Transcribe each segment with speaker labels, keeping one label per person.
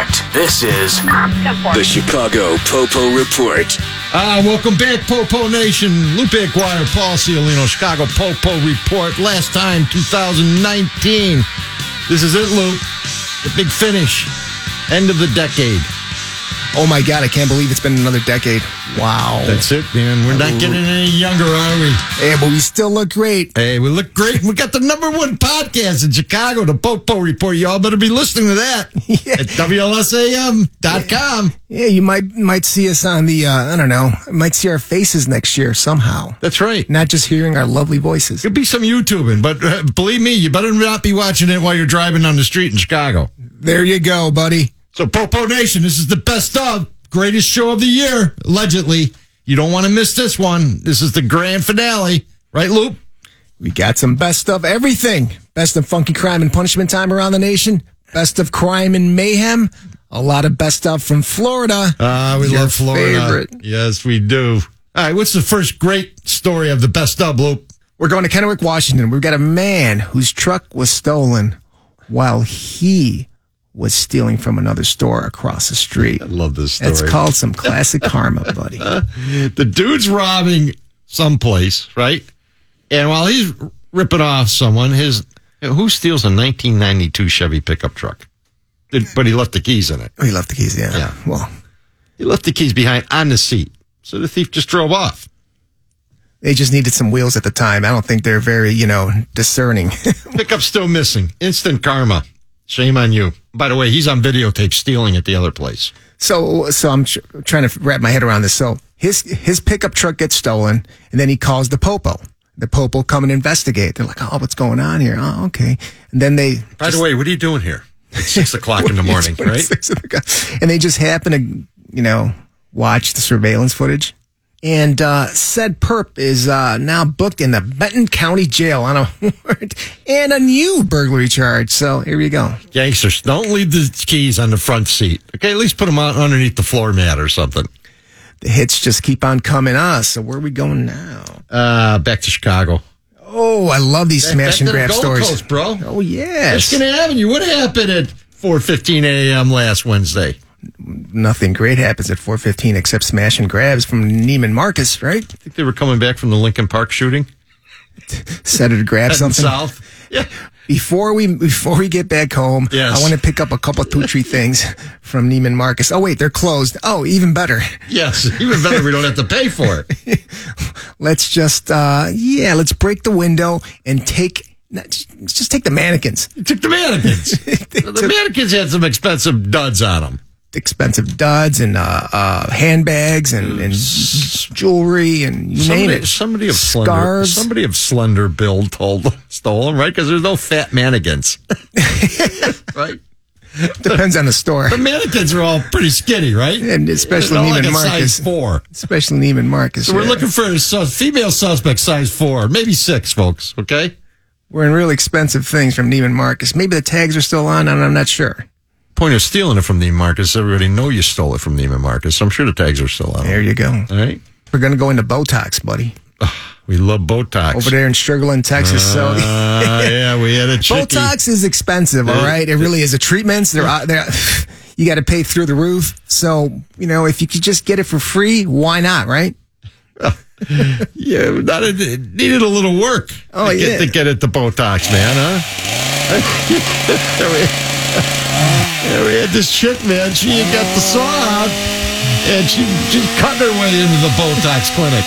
Speaker 1: This is
Speaker 2: The Chicago Popo Report.
Speaker 3: Ah, welcome back, Popo Nation. Lupe Aguirre, Paul Ciolino, Chicago Popo Report. Last time, 2019. This is it, Luke. The big finish. End of the decade.
Speaker 4: Oh my god, I can't believe it's been another decade. Wow.
Speaker 3: That's it, man. We're not getting any younger, are we?
Speaker 4: yeah, but we still look great.
Speaker 3: Hey, we look great. We got the number one podcast in Chicago, the Popo Report. Y'all better be listening to that at WLSAM.com.
Speaker 4: Yeah, you might might see us on the uh, I don't know, might see our faces next year somehow.
Speaker 3: That's right.
Speaker 4: Not just hearing our lovely voices.
Speaker 3: Could be some YouTubing, but uh, believe me, you better not be watching it while you're driving on the street in Chicago.
Speaker 4: There you go, buddy.
Speaker 3: So Popo Nation, this is the best of greatest show of the year, allegedly. You don't want to miss this one. This is the grand finale, right, Loop?
Speaker 4: We got some best of everything. Best of funky crime and punishment time around the nation. Best of crime and mayhem. A lot of best stuff from Florida.
Speaker 3: Ah, we
Speaker 4: Your
Speaker 3: love Florida.
Speaker 4: favorite.
Speaker 3: Yes, we do. All right, what's the first great story of the best of Loop?
Speaker 4: We're going to Kennewick, Washington. We've got a man whose truck was stolen while he was stealing from another store across the street.
Speaker 3: Love this story.
Speaker 4: That's called some classic karma, buddy.
Speaker 3: the dude's robbing someplace, right? And while he's ripping off someone, his who steals a 1992 Chevy pickup truck? But he left the keys in it.
Speaker 4: We left the keys, yeah.
Speaker 3: Yeah.
Speaker 4: Well,
Speaker 3: He left the keys behind on the seat. So the thief just drove off.
Speaker 4: they just needed some wheels at the time. I don't think they're very, you know, discerning.
Speaker 3: Pickup still missing. Instant karma. Shame on you. By the way, he's on videotape stealing at the other place.
Speaker 4: so, so I'm tr- trying to wrap my head around this. So his his pickup truck gets stolen, and then he calls the popo. The popo come and investigate. They're like, "Oh, what's going on here? Oh, okay." And then they
Speaker 3: By the way, what are you doing here? It's six o'clock in the morning, right?
Speaker 4: Six of the guys. And they just happen to, you know, watch the surveillance footage. And uh, said perp is uh, now booked in the Benton County Jail on a warrant and a new burglary charge. So here we go.
Speaker 3: Gangsters, don't leave the keys on the front seat. Okay, at least put them out underneath the floor mat or something.
Speaker 4: The hits just keep on coming us. So where are we going now?
Speaker 3: Uh, back to Chicago.
Speaker 4: Oh, I love these
Speaker 3: Back
Speaker 4: smash and
Speaker 3: to the
Speaker 4: grab
Speaker 3: Gold
Speaker 4: stories.
Speaker 3: Coast, bro.
Speaker 4: Oh yes,
Speaker 3: Michigan Avenue. What happened at 4:15 a.m. last Wednesday?
Speaker 4: nothing great happens at 4:15 except smash and grabs from Neiman Marcus, right?
Speaker 3: I think they were coming back from the Lincoln Park shooting.
Speaker 4: Set her to grab
Speaker 3: Heading
Speaker 4: something.
Speaker 3: south. Yeah.
Speaker 4: Before we before we get back home,
Speaker 3: Yes.
Speaker 4: I want to pick up a couple two three things from Neiman Marcus. Oh wait, they're closed. Oh, even better.
Speaker 3: Yes. Even better, we don't have to pay for it.
Speaker 4: Let's just uh yeah, let's break the window and take not, just just take the mannequins.
Speaker 3: It took the mannequins. the mannequins had some expensive duds on them.
Speaker 4: Expensive duds and uh, uh handbags and, and jewelry and you
Speaker 3: Somebody,
Speaker 4: name it.
Speaker 3: somebody of slender,
Speaker 4: scarves.
Speaker 3: somebody of slender build told stole them, right? Because there's no fat mannequins, right?
Speaker 4: Depends on the store.
Speaker 3: The mannequins are all pretty skinny, right?
Speaker 4: And especially
Speaker 3: They're all
Speaker 4: Neiman
Speaker 3: like a
Speaker 4: Marcus.
Speaker 3: size four.
Speaker 4: Especially Neiman Marcus.
Speaker 3: So we're
Speaker 4: yeah.
Speaker 3: looking for a sus- female suspect, size four, maybe six, folks. Okay,
Speaker 4: We're in real expensive things from Neiman Marcus. Maybe the tags are still on, and I'm not sure.
Speaker 3: point of stealing it from Neiman Marcus. Everybody know you stole it from Neiman Marcus. I'm sure the tags are still on. 'em.
Speaker 4: There you go.
Speaker 3: All right,
Speaker 4: We're gonna go into Botox, buddy.
Speaker 3: we love Botox
Speaker 4: Over there in Sugarland, Texas. so
Speaker 3: Uh, yeah, we had a chickie.
Speaker 4: Botox is expensive, all right. It really is. The treatments they're out there. You got to pay through the roof. So you know if you could just get it for free, why not, right?
Speaker 3: Yeah, not it needed a little work.
Speaker 4: Oh,
Speaker 3: to get,
Speaker 4: yeah.
Speaker 3: to get at the Botox, man, huh? there, we, there we had this chick, man. She had got the saw out, and she she cut her way into the Botox clinic.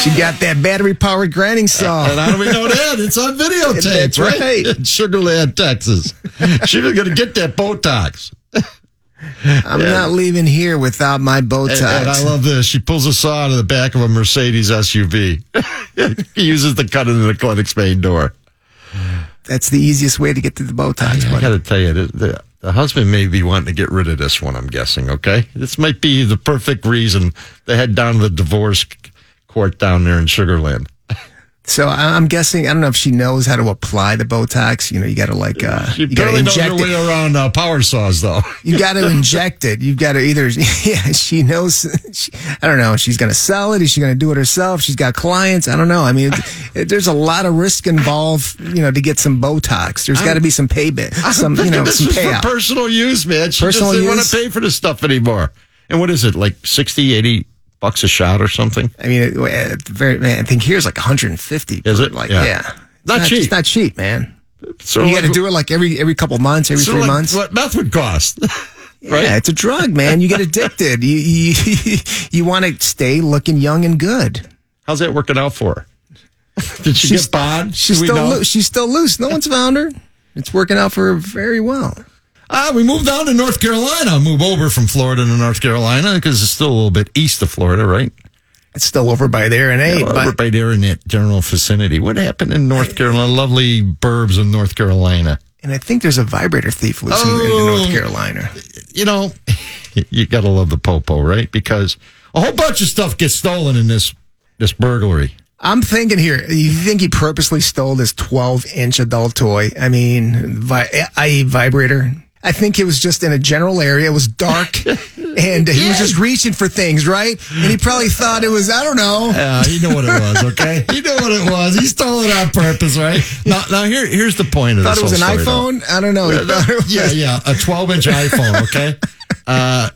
Speaker 4: She got that battery powered grinding
Speaker 3: And
Speaker 4: saw.
Speaker 3: how do we know that? It's on videotape,
Speaker 4: That's right.
Speaker 3: In Sugarland, Texas. She was going to get that Botox.
Speaker 4: I'm not leaving here without my
Speaker 3: And, and I
Speaker 4: Botox.
Speaker 3: love this. She pulls a saw out of the back of a Mercedes SUV. he uses the cut into the clinic's main door.
Speaker 4: That's the easiest way to get to the Botox,
Speaker 3: I
Speaker 4: buddy.
Speaker 3: got to tell you, the, the, The husband may be wanting to get rid of this one, I'm guessing, okay? This might be the perfect reason to head down to the divorce court down there in Sugarland.
Speaker 4: So I- I'm guessing I don't know if she knows how to apply the Botox. You know, you got to like uh,
Speaker 3: You
Speaker 4: you got
Speaker 3: barely
Speaker 4: to
Speaker 3: know your
Speaker 4: inject
Speaker 3: way
Speaker 4: it.
Speaker 3: around uh, power saws, though.
Speaker 4: You got to inject it. You've got to either yeah. She knows. She, I don't know. She's going to sell it. Is she going to do it herself? She's got clients. I don't know. I mean, it, it, there's a lot of risk involved. You know, to get some Botox, there's got to be some payback. Some you know
Speaker 3: this
Speaker 4: some
Speaker 3: is
Speaker 4: payout.
Speaker 3: for personal use, man. She
Speaker 4: Personal
Speaker 3: just didn't want
Speaker 4: use?
Speaker 3: to pay for this stuff anymore. And what is it, like 60, 80 bucks a shot or something?
Speaker 4: I mean, it, at the very man. I think here's like 150.
Speaker 3: Is it?
Speaker 4: Like
Speaker 3: Yeah.
Speaker 4: yeah,
Speaker 3: Not
Speaker 4: It's
Speaker 3: cheap.
Speaker 4: It's not cheap, man.
Speaker 3: So
Speaker 4: you got to do it like every every couple months, every three months.
Speaker 3: What meth would cost, right?
Speaker 4: Yeah, it's a drug, man. You get addicted. you you, you want to stay looking young and good.
Speaker 3: How's that working out for her? Did she
Speaker 4: She's-
Speaker 3: get bond?
Speaker 4: She's
Speaker 3: Do we
Speaker 4: still
Speaker 3: know?
Speaker 4: loo- she's still loose. No one's found her. It's working out for her very well.
Speaker 3: Ah, we moved down to North Carolina. Move over from Florida to North Carolina because it's still a little bit east of Florida, right?
Speaker 4: It's still over by there and eight,
Speaker 3: over
Speaker 4: but
Speaker 3: by there in that general vicinity. What happened in North Carolina? Lovely burbs in North Carolina.
Speaker 4: and I think there's a vibrator thief loose in- in,
Speaker 3: Oh.
Speaker 4: North Carolina.
Speaker 3: You know, you gotta love the popo, right? Because a whole bunch of stuff gets stolen in this this burglary.
Speaker 4: I'm thinking here. You think he purposely stole this 12 inch adult toy? I mean, vi- i.e. vibrator. I think it was just in a general area. It was dark, and he was just reaching for things, right? And he probably thought it was I don't Uh, know.
Speaker 3: Yeah, he knew what it was. Okay, he knew what it was. He stole it on purpose, right? Now, now here, here's the point of
Speaker 4: thought
Speaker 3: this
Speaker 4: it was an
Speaker 3: whole story, though.
Speaker 4: iPhone. I don't know. He thought it was-
Speaker 3: yeah, yeah, a 12 inch iPhone. Okay. Uh,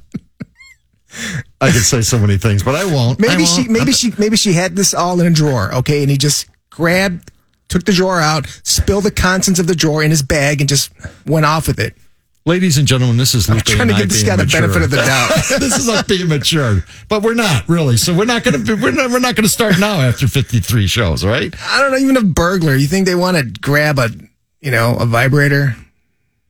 Speaker 3: I could say so many things, but I won't. I
Speaker 4: Maybe she.
Speaker 3: won't.
Speaker 4: Maybe she. Maybe she had this all in a drawer. Okay, and he just grabbed, took the drawer out, spilled the contents of the drawer in his bag, and just went off with it.
Speaker 3: Ladies and gentlemen, this is Lupe
Speaker 4: Trying
Speaker 3: and
Speaker 4: to
Speaker 3: I
Speaker 4: give this
Speaker 3: being
Speaker 4: guy the
Speaker 3: mature.
Speaker 4: benefit of the doubt.
Speaker 3: this is us being matured, but we're not really. So we're not gonna be, we're not we're not gonna start now after 53 shows, right?
Speaker 4: I don't know. Even a burglar. You think they want to grab a, you know, a vibrator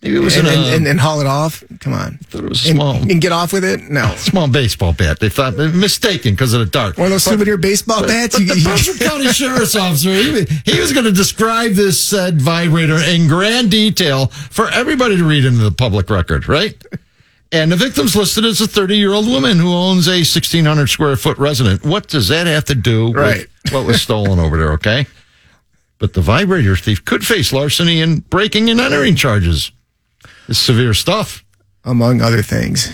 Speaker 3: Maybe it was
Speaker 4: and,
Speaker 3: in a
Speaker 4: and, and, and haul it off? Come on.
Speaker 3: thought it was
Speaker 4: And,
Speaker 3: small.
Speaker 4: and get off with it? No.
Speaker 3: small baseball bat. They thought mistaken because of the dark.
Speaker 4: One of those souvenir baseball bats.
Speaker 3: But
Speaker 4: You,
Speaker 3: the
Speaker 4: you-
Speaker 3: Berkshire County Sheriff's Officer, he, he was going to describe this said vibrator in grand detail for everybody to read into the public record, right? And the victim's listed as a 30 year old woman who owns a 1,600 square foot resident. What does that have to do
Speaker 4: Right.
Speaker 3: with what was stolen over there, okay? But the vibrator thief could face larceny and breaking and entering charges. It's severe stuff.
Speaker 4: among other things.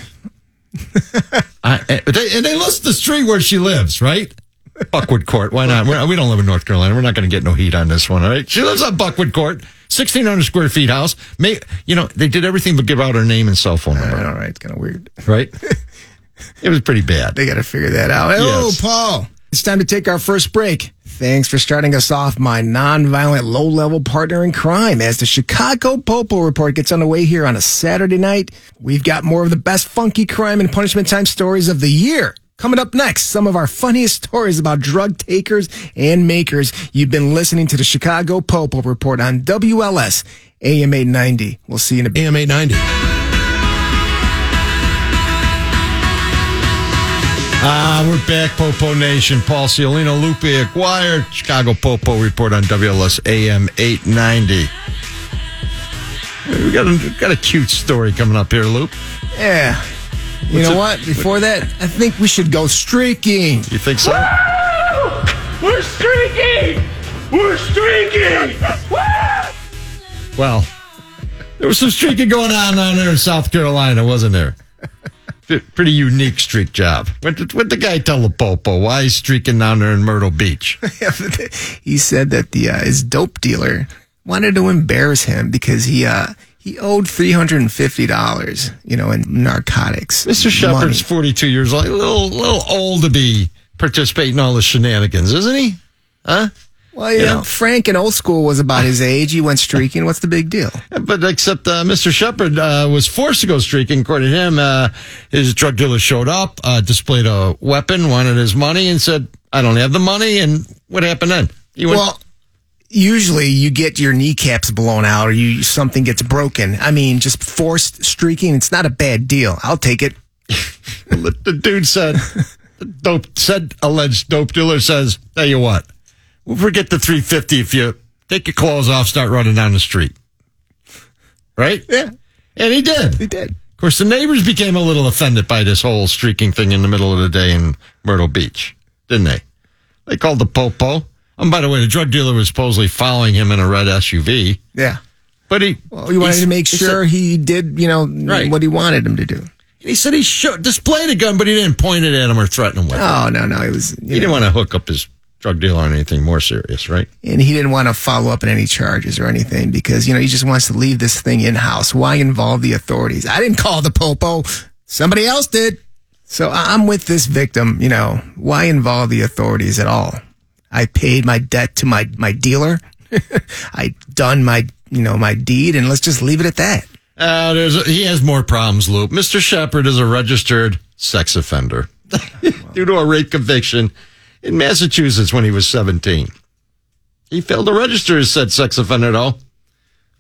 Speaker 3: I, eh, and, they, and they list the street where she lives, right? Buckwood Court. Why not? We're, we don't live in North Carolina. We're not going to get no heat on this one, all right? She lives on Buckwood Court, 1,600 square feet house. May, you know, they did everything but give out her name and cell phone
Speaker 4: All
Speaker 3: number,
Speaker 4: right. It's kind of weird.
Speaker 3: right? it was pretty bad.
Speaker 4: They got to figure that out. Oh,
Speaker 3: Yes.
Speaker 4: Paul, it's time to take our first break. Thanks for starting us off, my nonviolent low level partner in crime. As the Chicago Popo Report gets underway here on a Saturday night, we've got more of the best funky crime and punishment time stories of the year. Coming up next, some of our funniest stories about drug takers and makers. You've been listening to the Chicago Popo Report on WLS AM 890. We'll see you in a bit.
Speaker 5: AM 890.
Speaker 3: Ah, we're back, Popo Nation. Paul Ciolino, Lupe Aguirre, Chicago Popo Report on WLS AM 890. We got a, got a cute story coming up here, Lupe.
Speaker 4: Yeah. You know what? Before that, I think we should go streaking.
Speaker 3: You think so?
Speaker 6: We're streaking! We're streaking!
Speaker 3: Well, there was some streaking going on down there in South Carolina, wasn't there? P- Pretty unique streak job. What did, what the guy tell the Popo? Why he's streaking down there in Myrtle Beach?
Speaker 4: he said that the uh, his dope dealer wanted to embarrass him because he uh he owed three hundred and fifty dollars, you know, in narcotics.
Speaker 3: Mr. Shepard's 42 years old, a little, little old to be participating in all the shenanigans, isn't he?
Speaker 4: Well, you
Speaker 3: you know.
Speaker 4: know, Frank in old school was about his age. He went streaking. What's the big deal?
Speaker 3: But except uh, Mr. Shepard uh, was forced to go streaking. According to him, uh, his drug dealer showed up, uh, displayed a weapon, wanted his money, and said, I don't have the money. And what happened then? He went,
Speaker 4: Well. Usually, you get your kneecaps blown out, or you something gets broken. I mean, just forced streaking. It's not a bad deal. I'll take it.
Speaker 3: the, the dude said, the dope said alleged dope dealer says, tell you what, we'll forget the 350 if you take your clothes off, start running down the street. Right?
Speaker 4: Yeah.
Speaker 3: And he did.
Speaker 4: He did.
Speaker 3: Of course, the neighbors became a little offended by this whole streaking thing in the middle of the day in Myrtle Beach, didn't they? They called the popo. And by the way, the drug dealer was supposedly following him in a red SUV,
Speaker 4: Yeah.
Speaker 3: but he
Speaker 4: Well, we wanted
Speaker 3: he-
Speaker 4: to make
Speaker 3: he said-
Speaker 4: sure he did, you know,
Speaker 3: Right.
Speaker 4: what he wanted him to do.
Speaker 3: he said he showed, displayed a gun, but he didn't point it at him or threaten him with it.
Speaker 4: Oh no, no, it was. You
Speaker 3: He
Speaker 4: know,
Speaker 3: didn't want to hook up his drug dealer on anything more serious, right?
Speaker 4: and he didn't want to follow up on any charges or anything because you know he just wants to leave this thing in house. Why involve the authorities? I didn't call the popo. Somebody else did. So I- I'm with this victim. You know why involve the authorities at all? I paid my debt to my my dealer. I done my you know my deed, and let's just leave it at that.
Speaker 3: Uh, there's he has more problems, Lou. Mr. Shepard is a registered sex offender due to a rape conviction in Massachusetts when he was 17. He failed to register as said sex offender, though,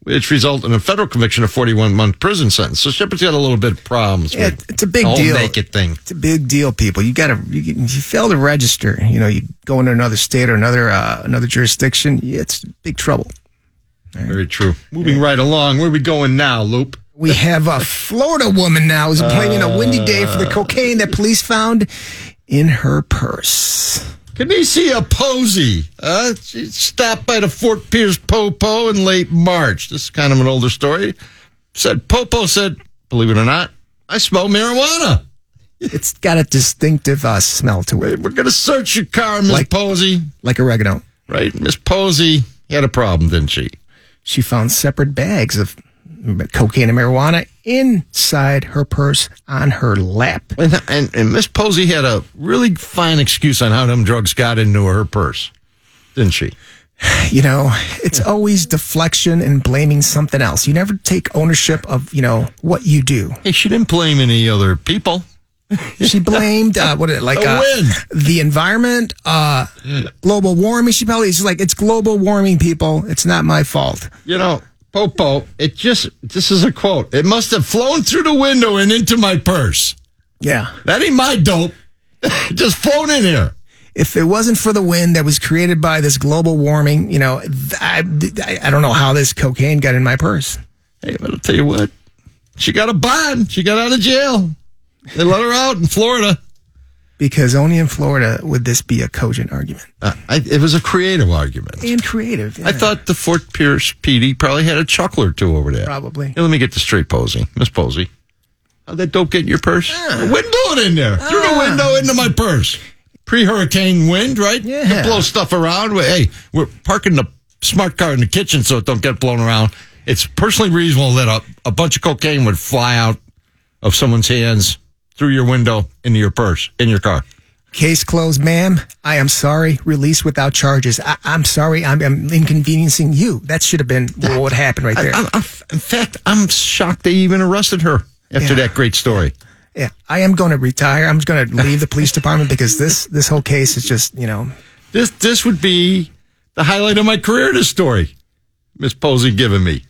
Speaker 3: which resulted in a federal conviction of 41 month prison sentence. So Shepard's got a little bit of problems
Speaker 4: Yeah,
Speaker 3: with
Speaker 4: it's a big
Speaker 3: the whole
Speaker 4: deal.
Speaker 3: naked thing.
Speaker 4: It's a big deal, people. You gotta, you, you fail to register. You know, you go into another state or another uh, another jurisdiction. yeah, It's big trouble.
Speaker 3: Very true. Moving right along, where we going now, Loop?
Speaker 4: We have a Florida woman now who's blaming a windy day for the cocaine that police found in her purse.
Speaker 3: Kenesia Posey. Uh, she stopped by the Fort Pierce Popo in late March. This is kind of an older story. Said Popo said, believe it or not, I smell marijuana.
Speaker 4: It's got a distinctive uh, smell to
Speaker 3: Hey,
Speaker 4: it,
Speaker 3: We're going to search your car, Miss
Speaker 4: Like-
Speaker 3: Posey.
Speaker 4: like oregano.
Speaker 3: Right, Miss Posey had a problem, didn't she?
Speaker 4: She found separate bags of cocaine and marijuana inside her purse on her lap.
Speaker 3: And and, and Miss Posey had a really fine excuse on how them drugs got into her purse, didn't she?
Speaker 4: you know, it's always deflection and blaming something else. You never take ownership of, you know, what you do.
Speaker 3: Hey, she didn't blame any other people.
Speaker 4: She blamed, uh, what, is it, like,
Speaker 3: The
Speaker 4: uh,
Speaker 3: wind.
Speaker 4: the environment, uh, global warming. She probably is like, it's global warming, people. It's not my fault.
Speaker 3: You know, Popo, it just, this is a quote. It must have flown through the window and into my purse.
Speaker 4: Yeah.
Speaker 3: That ain't my dope. It just flown in here.
Speaker 4: If it wasn't for the wind that was created by this global warming, you know, th- I, I, I don't know how this cocaine got in my purse.
Speaker 3: Hey, but I'll tell you what. She got a bond. She got out of jail. They let her out in Florida.
Speaker 4: Because only in Florida would this be a cogent argument.
Speaker 3: Uh, I, it was a creative argument.
Speaker 4: And creative.
Speaker 3: I
Speaker 4: yeah.
Speaker 3: thought the Fort Pierce PD probably had a chuckle or two over there.
Speaker 4: Probably.
Speaker 3: Here, let me get this straight, Posey. Miss Posey. How'd that dope get in your purse? The wind blew it in there. Through
Speaker 4: Ah.
Speaker 3: the window into my purse. Pre hurricane wind, right?
Speaker 4: Yeah.
Speaker 3: You blow stuff around. We- Hey, we're parking the smart car in the kitchen so it don't get blown around. It's personally reasonable that a, a bunch of cocaine would fly out of someone's hands through your window into your purse, in your car.
Speaker 4: Case closed, ma'am. I am sorry. Release without charges. I- I'm sorry. I'm, I'm inconveniencing you. That should have been what happened right there.
Speaker 3: I, I'm, I'm, in fact, I'm shocked they even arrested her after
Speaker 4: Yeah.
Speaker 3: that great story.
Speaker 4: yeah, I am going to retire. I'm just going to leave the police department because this this whole case is just you know
Speaker 3: This this would be the highlight of my career. This story, Miss Posey giving me.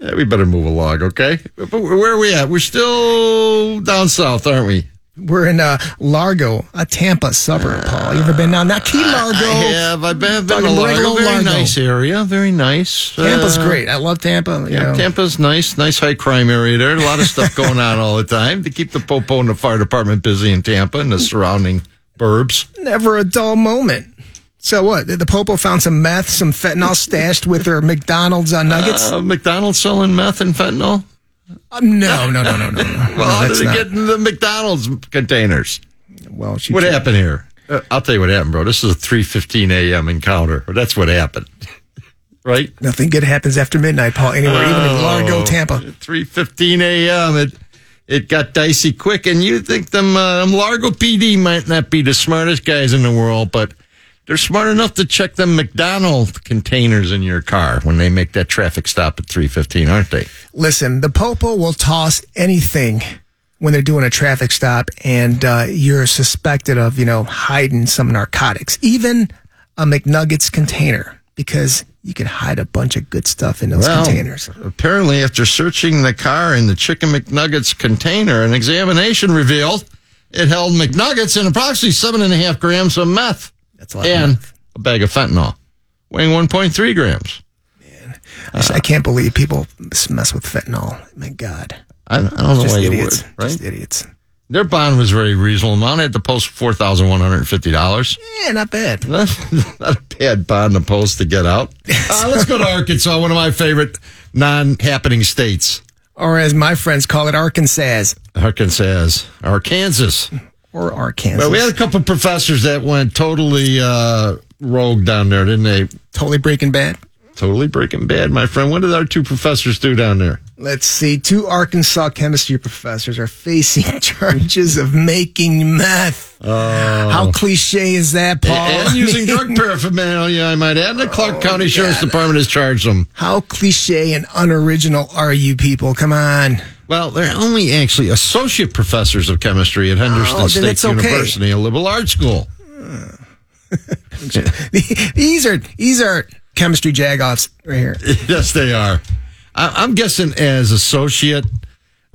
Speaker 3: yeah, we better move along, okay? But where are we at? We're still down south, aren't we?
Speaker 4: we're in uh, Largo, a Tampa suburb. Paul, you ever been down? Not Key Largo.
Speaker 3: I have. I've been, I've been to
Speaker 4: Talking
Speaker 3: Largo.
Speaker 4: Largo,
Speaker 3: Very
Speaker 4: Largo.
Speaker 3: nice area. Very nice.
Speaker 4: Tampa's
Speaker 3: Uh,
Speaker 4: great. I love Tampa. You
Speaker 3: Yeah,
Speaker 4: know.
Speaker 3: Tampa's nice, nice high crime area there. A lot of stuff going on all the time to keep the Popo and the fire department busy in Tampa and the surrounding burbs.
Speaker 4: Never a dull moment. So what? The Popo found some meth, some fentanyl stashed with her McDonald's uh, nuggets.
Speaker 3: Uh, McDonald's selling meth and fentanyl.
Speaker 4: Uh, no, no, no, no, no. no.
Speaker 3: Well,
Speaker 4: no,
Speaker 3: how did
Speaker 4: that's
Speaker 3: they
Speaker 4: not-
Speaker 3: get into the McDonald's containers?
Speaker 4: Well, she
Speaker 3: What
Speaker 4: tried-
Speaker 3: happened here? Uh, I'll tell you what happened, bro. This is a 3:15 a.m. encounter. That's what happened, right?
Speaker 4: Nothing good happens after midnight, Paul, anywhere, even
Speaker 3: Oh.
Speaker 4: in Largo, Tampa.
Speaker 3: 3:15 a.m. It it got dicey quick, and you think them, uh, them Largo PD might not be the smartest guys in the world, but they're smart enough to check them McDonald's containers in your car when they make that traffic stop at 3:15, aren't they?
Speaker 4: Listen, the Popo will toss anything when they're doing a traffic stop and uh, you're suspected of, you know, hiding some narcotics, even a McNuggets container, because you can hide a bunch of good stuff in those containers.
Speaker 3: uh, Apparently, after searching the car in the Chicken McNuggets container, an examination revealed it held McNuggets and approximately seven and a half grams of meth
Speaker 4: That's a lot of
Speaker 3: and a bag of fentanyl, weighing 1.3 grams.
Speaker 4: I just- I can't believe people s- mess with fentanyl. My God.
Speaker 3: I, I don't know
Speaker 4: Just
Speaker 3: why you
Speaker 4: idiots.
Speaker 3: would, right?
Speaker 4: Just idiots.
Speaker 3: Their bond was very reasonable amount. They had to post four thousand one hundred and fifty dollars.
Speaker 4: Yeah, Eh, not bad.
Speaker 3: Not a bad bond to post to get out. Uh, let's go to Arkansas, one of my favorite non-happening states.
Speaker 4: Or as my friends call it, Arkansas
Speaker 3: Arkansas, Arkansas.
Speaker 4: or Arkansas.
Speaker 3: Well, we had a couple professors that went totally uh, rogue down there, didn't they?
Speaker 4: totally breaking bad.
Speaker 3: Totally Breaking Bad, my friend. What did our two professors do down there?
Speaker 4: Let's see. Two Arkansas chemistry professors are facing charges of making meth. How cliche is that, Paul?
Speaker 3: Oh.
Speaker 4: Oh,
Speaker 3: and using drug paraphernalia, I might add. The Clark County Sheriff's Department has charged them.
Speaker 4: How cliche and unoriginal are you people? Come on.
Speaker 3: Well, they're only actually associate professors of chemistry at Henderson
Speaker 4: Oh, then
Speaker 3: State
Speaker 4: it's okay.
Speaker 3: University, a liberal arts school.
Speaker 4: these are these are chemistry jagoffs right here.
Speaker 3: yes, they are. I, I'm guessing as associate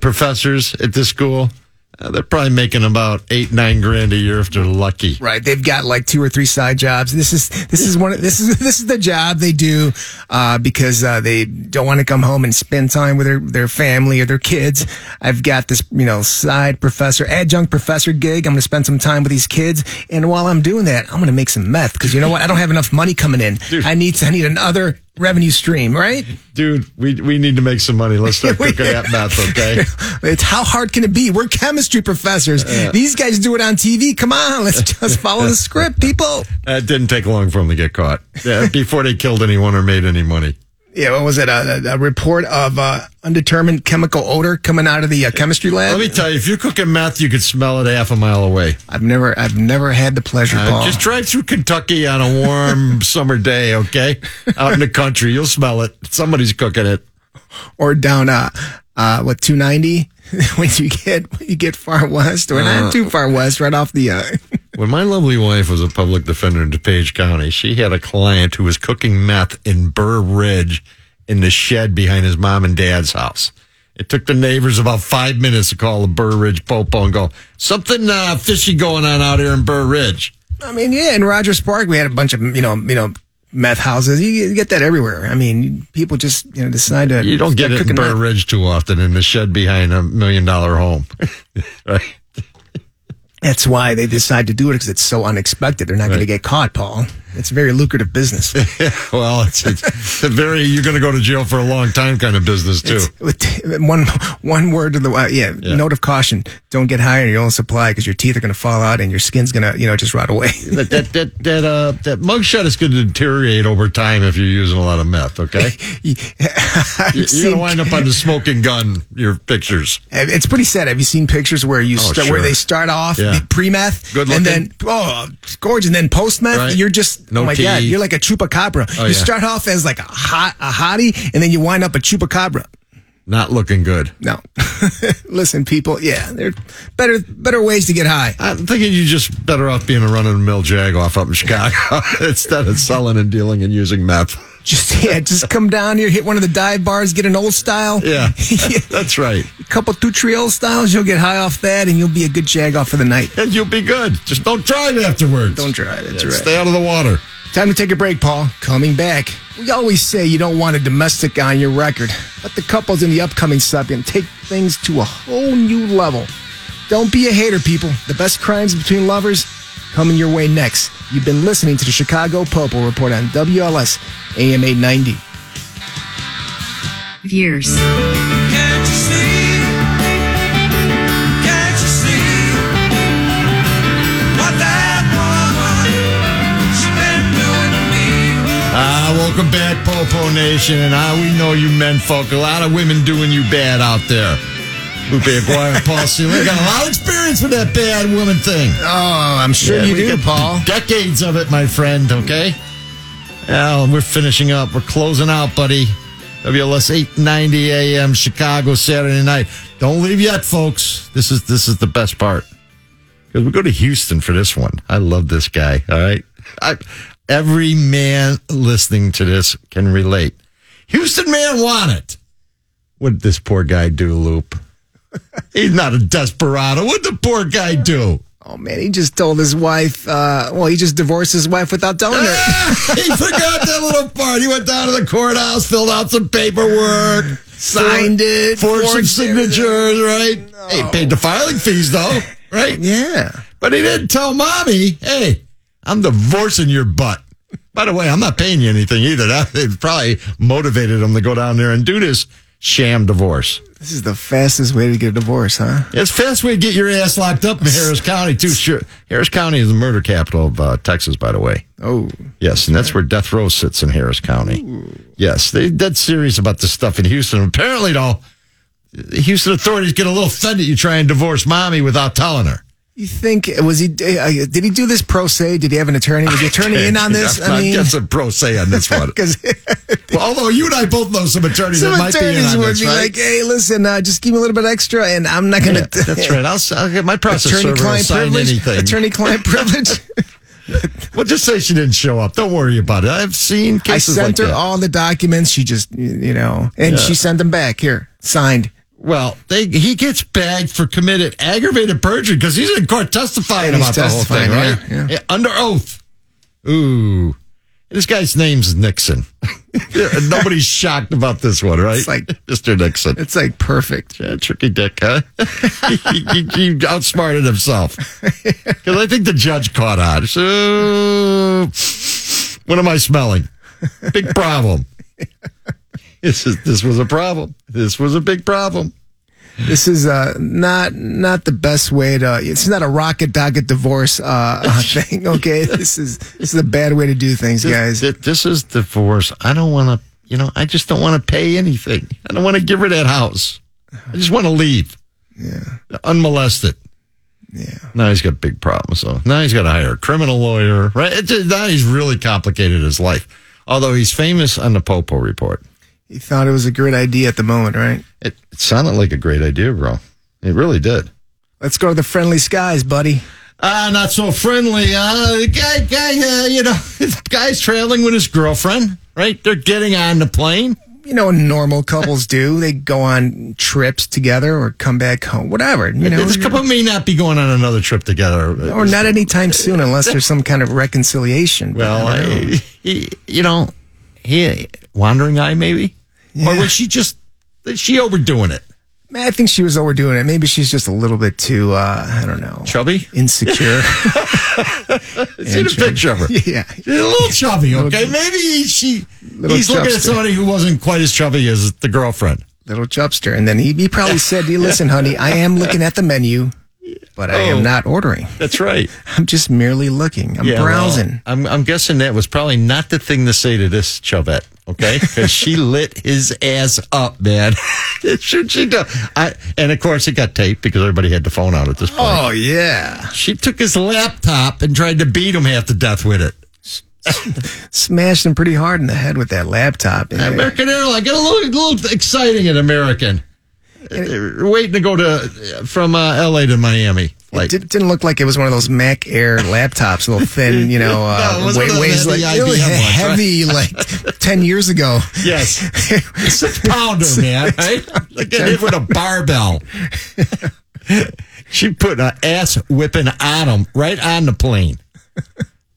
Speaker 3: professors at this school, uh, they're probably making about eight, nine grand a year if they're lucky.
Speaker 4: Right. They've got like two or three side jobs. This is this is one of- this is this is the job they do uh, because uh, they don't want to come home and spend time with their, their family or their kids. I've got this, you know, side professor, adjunct professor gig. I'm going to spend some time with these kids, and while I'm doing that, I'm going to make some meth because you know what? I don't have enough money coming in. I need I need another revenue stream, right?
Speaker 3: Dude, we, we need to make some money. Let's start
Speaker 4: We-
Speaker 3: cooking that meth, okay?
Speaker 4: It's how hard can it be? We're chemistry professors. These guys do it on TV. Come on, let's just follow the script, people.
Speaker 3: Uh, It didn't take long for them to get caught yeah, before they killed anyone or made any money.
Speaker 4: Yeah, what was it? A, a, a report of uh, undetermined chemical odor coming out of the uh, chemistry lab.
Speaker 3: Let me tell you, if you're cooking meth, you could smell it half a mile away.
Speaker 4: I've never, I've never had the pleasure,
Speaker 3: Uh,
Speaker 4: Paul.
Speaker 3: just drive through Kentucky on a warm summer day, okay? Out in the country, you'll smell it. Somebody's cooking it.
Speaker 4: or down uh, uh, what two ninety when you get when you get far west or
Speaker 3: Uh.
Speaker 4: not too far west, right off the. Uh,
Speaker 3: When my lovely wife was a public defender in DuPage County, she had a client who was cooking meth in Burr Ridge in the shed behind his mom and dad's house. It took the neighbors about five minutes to call the Burr Ridge Popo and go, something uh, fishy going on out here in Burr Ridge.
Speaker 4: I mean, yeah, in Rogers Park we had a bunch of you know you know meth houses. You, you get that everywhere. I mean, people just you know decide to.
Speaker 3: You don't get
Speaker 4: start
Speaker 3: it in
Speaker 4: cooking
Speaker 3: Burr
Speaker 4: meth.
Speaker 3: Ridge too often in the shed behind a million dollar home. right?
Speaker 4: That's why they decide to do it because it's so unexpected. They're not going to get caught, Paul. It's a very lucrative business.
Speaker 3: Well, it's, it's a very, you're going to go to jail for a long time kind of business too.
Speaker 4: It's- with- one one word to the uh, yeah, note of caution: don't get high on your own supply because your teeth are going to fall out and your skin's going to you know just rot away.
Speaker 3: that that that that, uh, that mugshot is going to deteriorate over time if you're using a lot of meth. Okay,
Speaker 4: I've
Speaker 3: You- you're going
Speaker 4: seen-
Speaker 3: to wind up on the smoking gun. Your pictures.
Speaker 4: it's pretty sad. Have you seen pictures where you
Speaker 3: Oh,
Speaker 4: start,
Speaker 3: sure.
Speaker 4: where they start off
Speaker 3: Yeah.
Speaker 4: pre meth
Speaker 3: Good looking.
Speaker 4: and then oh gorgeous and then post meth
Speaker 3: Right.
Speaker 4: you're just
Speaker 3: No
Speaker 4: oh my god
Speaker 3: teeth.
Speaker 4: you're like a chupacabra.
Speaker 3: Oh,
Speaker 4: you
Speaker 3: yeah.
Speaker 4: start off as like a hot a hottie and then you wind up a chupacabra.
Speaker 3: Not looking good.
Speaker 4: No, listen, people. Yeah, there are better better ways to get high.
Speaker 3: I'm thinking you're just better off being a run of the mill jagoff up in Chicago instead of selling and dealing and using meth.
Speaker 4: Just yeah, just come down here, hit one of the dive bars, get an old style.
Speaker 3: Yeah,
Speaker 4: Yeah,
Speaker 3: that's right.
Speaker 4: a couple two trio styles, you'll get high off that, and you'll be a good jag off for the night.
Speaker 3: And you'll be good. Just don't drive afterwards.
Speaker 4: Don't drive. That's
Speaker 3: Yeah,
Speaker 4: right.
Speaker 3: Stay out of the water.
Speaker 4: Time to take a break, Paul. Coming back. We always say you don't want a domestic on your record, but the couples in the upcoming segment take things to a whole new level. Don't be a hater, people. The best crimes between lovers coming your way next. You've been listening to the Chicago Popo Report on WLS AM 890.
Speaker 7: years.
Speaker 8: Can't you see? Can't you see what that woman she been doing to me?
Speaker 3: Ah, welcome back, Popo Nation, and ah, we know you men folk. A lot of women doing you bad out there. Lupe Aguirre, Paul Seeley got a lot of experience with that bad woman thing.
Speaker 4: Oh, I'm sure
Speaker 3: Yeah,
Speaker 4: you
Speaker 3: we
Speaker 4: do,
Speaker 3: got
Speaker 4: Paul.
Speaker 3: Decades of it, my friend, okay? Well, we're finishing up. We're closing out, buddy. WLS 890 AM Chicago Saturday night. Don't leave yet, folks. This is this is the best part. Because we go to Houston for this one. I love this guy. All right. I, every man listening to this can relate. Houston man want it. What did this poor guy do, Loop? He's not a desperado. What did the poor guy do?
Speaker 4: Oh man, he just told his wife. Uh, well, he just divorced his wife without telling her.
Speaker 3: Ah, he forgot that little part. He went down to the courthouse, filled out some paperwork,
Speaker 4: Signed it,
Speaker 3: forged some
Speaker 4: forged
Speaker 3: signatures, right? Hey, He paid the filing fees though, right?
Speaker 4: Yeah,
Speaker 3: But he didn't tell mommy, hey, I'm divorcing your butt. By the way, I'm not paying you anything either. That it probably motivated him to go down there and do this sham divorce.
Speaker 4: this is the fastest way to get a divorce, huh?
Speaker 3: It's fast way to get your ass locked up in Harris County, too. Sure. Harris County is the murder capital of uh, Texas, by the way.
Speaker 4: Oh,
Speaker 3: Yes, and that's where death row sits in Harris County. Yes, they dead serious about this stuff in Houston. Apparently, though, the Houston authorities get a little offended you try and divorce mommy without telling her.
Speaker 4: you think was he? Uh, did he do this pro se? Did he have an attorney? Was the attorney in on this?
Speaker 3: I, guess a pro se on this one.
Speaker 4: because
Speaker 3: well, although you and I both know some attorneys
Speaker 4: some
Speaker 3: that might be in
Speaker 4: attorneys
Speaker 3: on
Speaker 4: would
Speaker 3: this,
Speaker 4: be
Speaker 3: right?
Speaker 4: like, "Hey, listen, uh, just give me a little bit extra, and I'm not going
Speaker 3: Yeah,
Speaker 4: to."
Speaker 3: that's right. I'll, si will get my process server
Speaker 4: Attorney
Speaker 3: will
Speaker 4: client
Speaker 3: sign
Speaker 4: privilege.
Speaker 3: anything.
Speaker 4: Attorney client privilege.
Speaker 3: Well, just say she didn't show up. Don't worry about it. I've seen
Speaker 4: I
Speaker 3: cases like
Speaker 4: sent her
Speaker 3: that.
Speaker 4: all the documents. She just, you know, and she sent them back here, signed.
Speaker 3: well, they, he gets bagged for committed aggravated perjury because he's in court testifying
Speaker 4: He's
Speaker 3: about the whole thing,
Speaker 4: testifying,
Speaker 3: right?
Speaker 4: yeah, yeah.
Speaker 3: under oath. Ooh, this guy's name's Nixon. Nobody's shocked about this one, right?
Speaker 4: It's like-
Speaker 3: Mr. Nixon.
Speaker 4: It's like perfect.
Speaker 3: Yeah, tricky dick, huh? he, he- he outsmarted himself. Because I think the judge caught on. So, what am I smelling? Big problem. This, is, this was a problem. This was a big problem.
Speaker 4: This is uh, not not the best way to. It's not a rocket docket divorce uh, uh, thing. Okay, this is this is a bad way to do things, guys.
Speaker 3: This, this is divorce. I don't want to, you know, I just don't want to pay anything. I don't want to give her that house. I just want to leave. Yeah. Unmolested.
Speaker 4: Yeah,
Speaker 3: Now he's got big problems. So now he's got to hire a criminal lawyer, right? It just, now he's really complicated his life. Although he's famous on the Popo report.
Speaker 4: he thought it was a great idea at the moment, right?
Speaker 3: It, it sounded like a great idea, bro. It really did.
Speaker 4: Let's go to the friendly skies, buddy.
Speaker 3: Ah, not so friendly. Uh, the guy, guy, uh, you know, this guy's traveling with his girlfriend, right? They're getting on the plane.
Speaker 4: You know, normal couples do. They go on trips together or come back home, whatever. You know,
Speaker 3: this couple may not be going on another trip together.
Speaker 4: or not anytime soon, unless there's some kind of reconciliation. But
Speaker 3: Well,
Speaker 4: I don't know.
Speaker 3: I, he, you know, he wandering eye maybe, or was she just is she overdoing it?
Speaker 4: Man, I think she was overdoing it. Maybe she's just a little bit too, uh, I don't know,
Speaker 3: Chubby.
Speaker 4: insecure.
Speaker 3: See the picture of her.
Speaker 4: yeah.
Speaker 3: She's a little chubby, okay?
Speaker 4: Little-
Speaker 3: Maybe she
Speaker 4: Little
Speaker 3: he's looking at
Speaker 4: chubster.
Speaker 3: somebody who wasn't quite as chubby as the girlfriend.
Speaker 4: Little chubster. And then he, he probably said, hey, listen, honey, I am looking at the menu, but I
Speaker 3: Oh.
Speaker 4: am not ordering.
Speaker 3: That's right.
Speaker 4: I'm just merely looking. I'm browsing.
Speaker 3: I'm, I'm guessing that was probably not the thing to say to this chubette, okay? Because she lit his ass up, man. Should she do? I, and of course, it got taped because everybody had the phone out at this point.
Speaker 4: Oh, yeah.
Speaker 3: She took his laptop and tried to beat him half to death with it.
Speaker 4: Smashed him pretty hard in the head with that laptop. Yeah.
Speaker 3: American Airlines. Get a little, little exciting in American. They're waiting to go to from uh, L.A. to Miami.
Speaker 4: It
Speaker 3: Like
Speaker 4: did, didn't look like it was one of those Mac Air laptops, little thin, you know, uh,
Speaker 3: No, it was
Speaker 4: weight,
Speaker 3: one of
Speaker 4: weighs
Speaker 3: the
Speaker 4: like
Speaker 3: IBM
Speaker 4: really
Speaker 3: ones, right?
Speaker 4: heavy, like 10 years ago.
Speaker 3: yes, it's a pounder, man. Right? Like get hit with a barbell. she put an ass whipping on him right on the plane.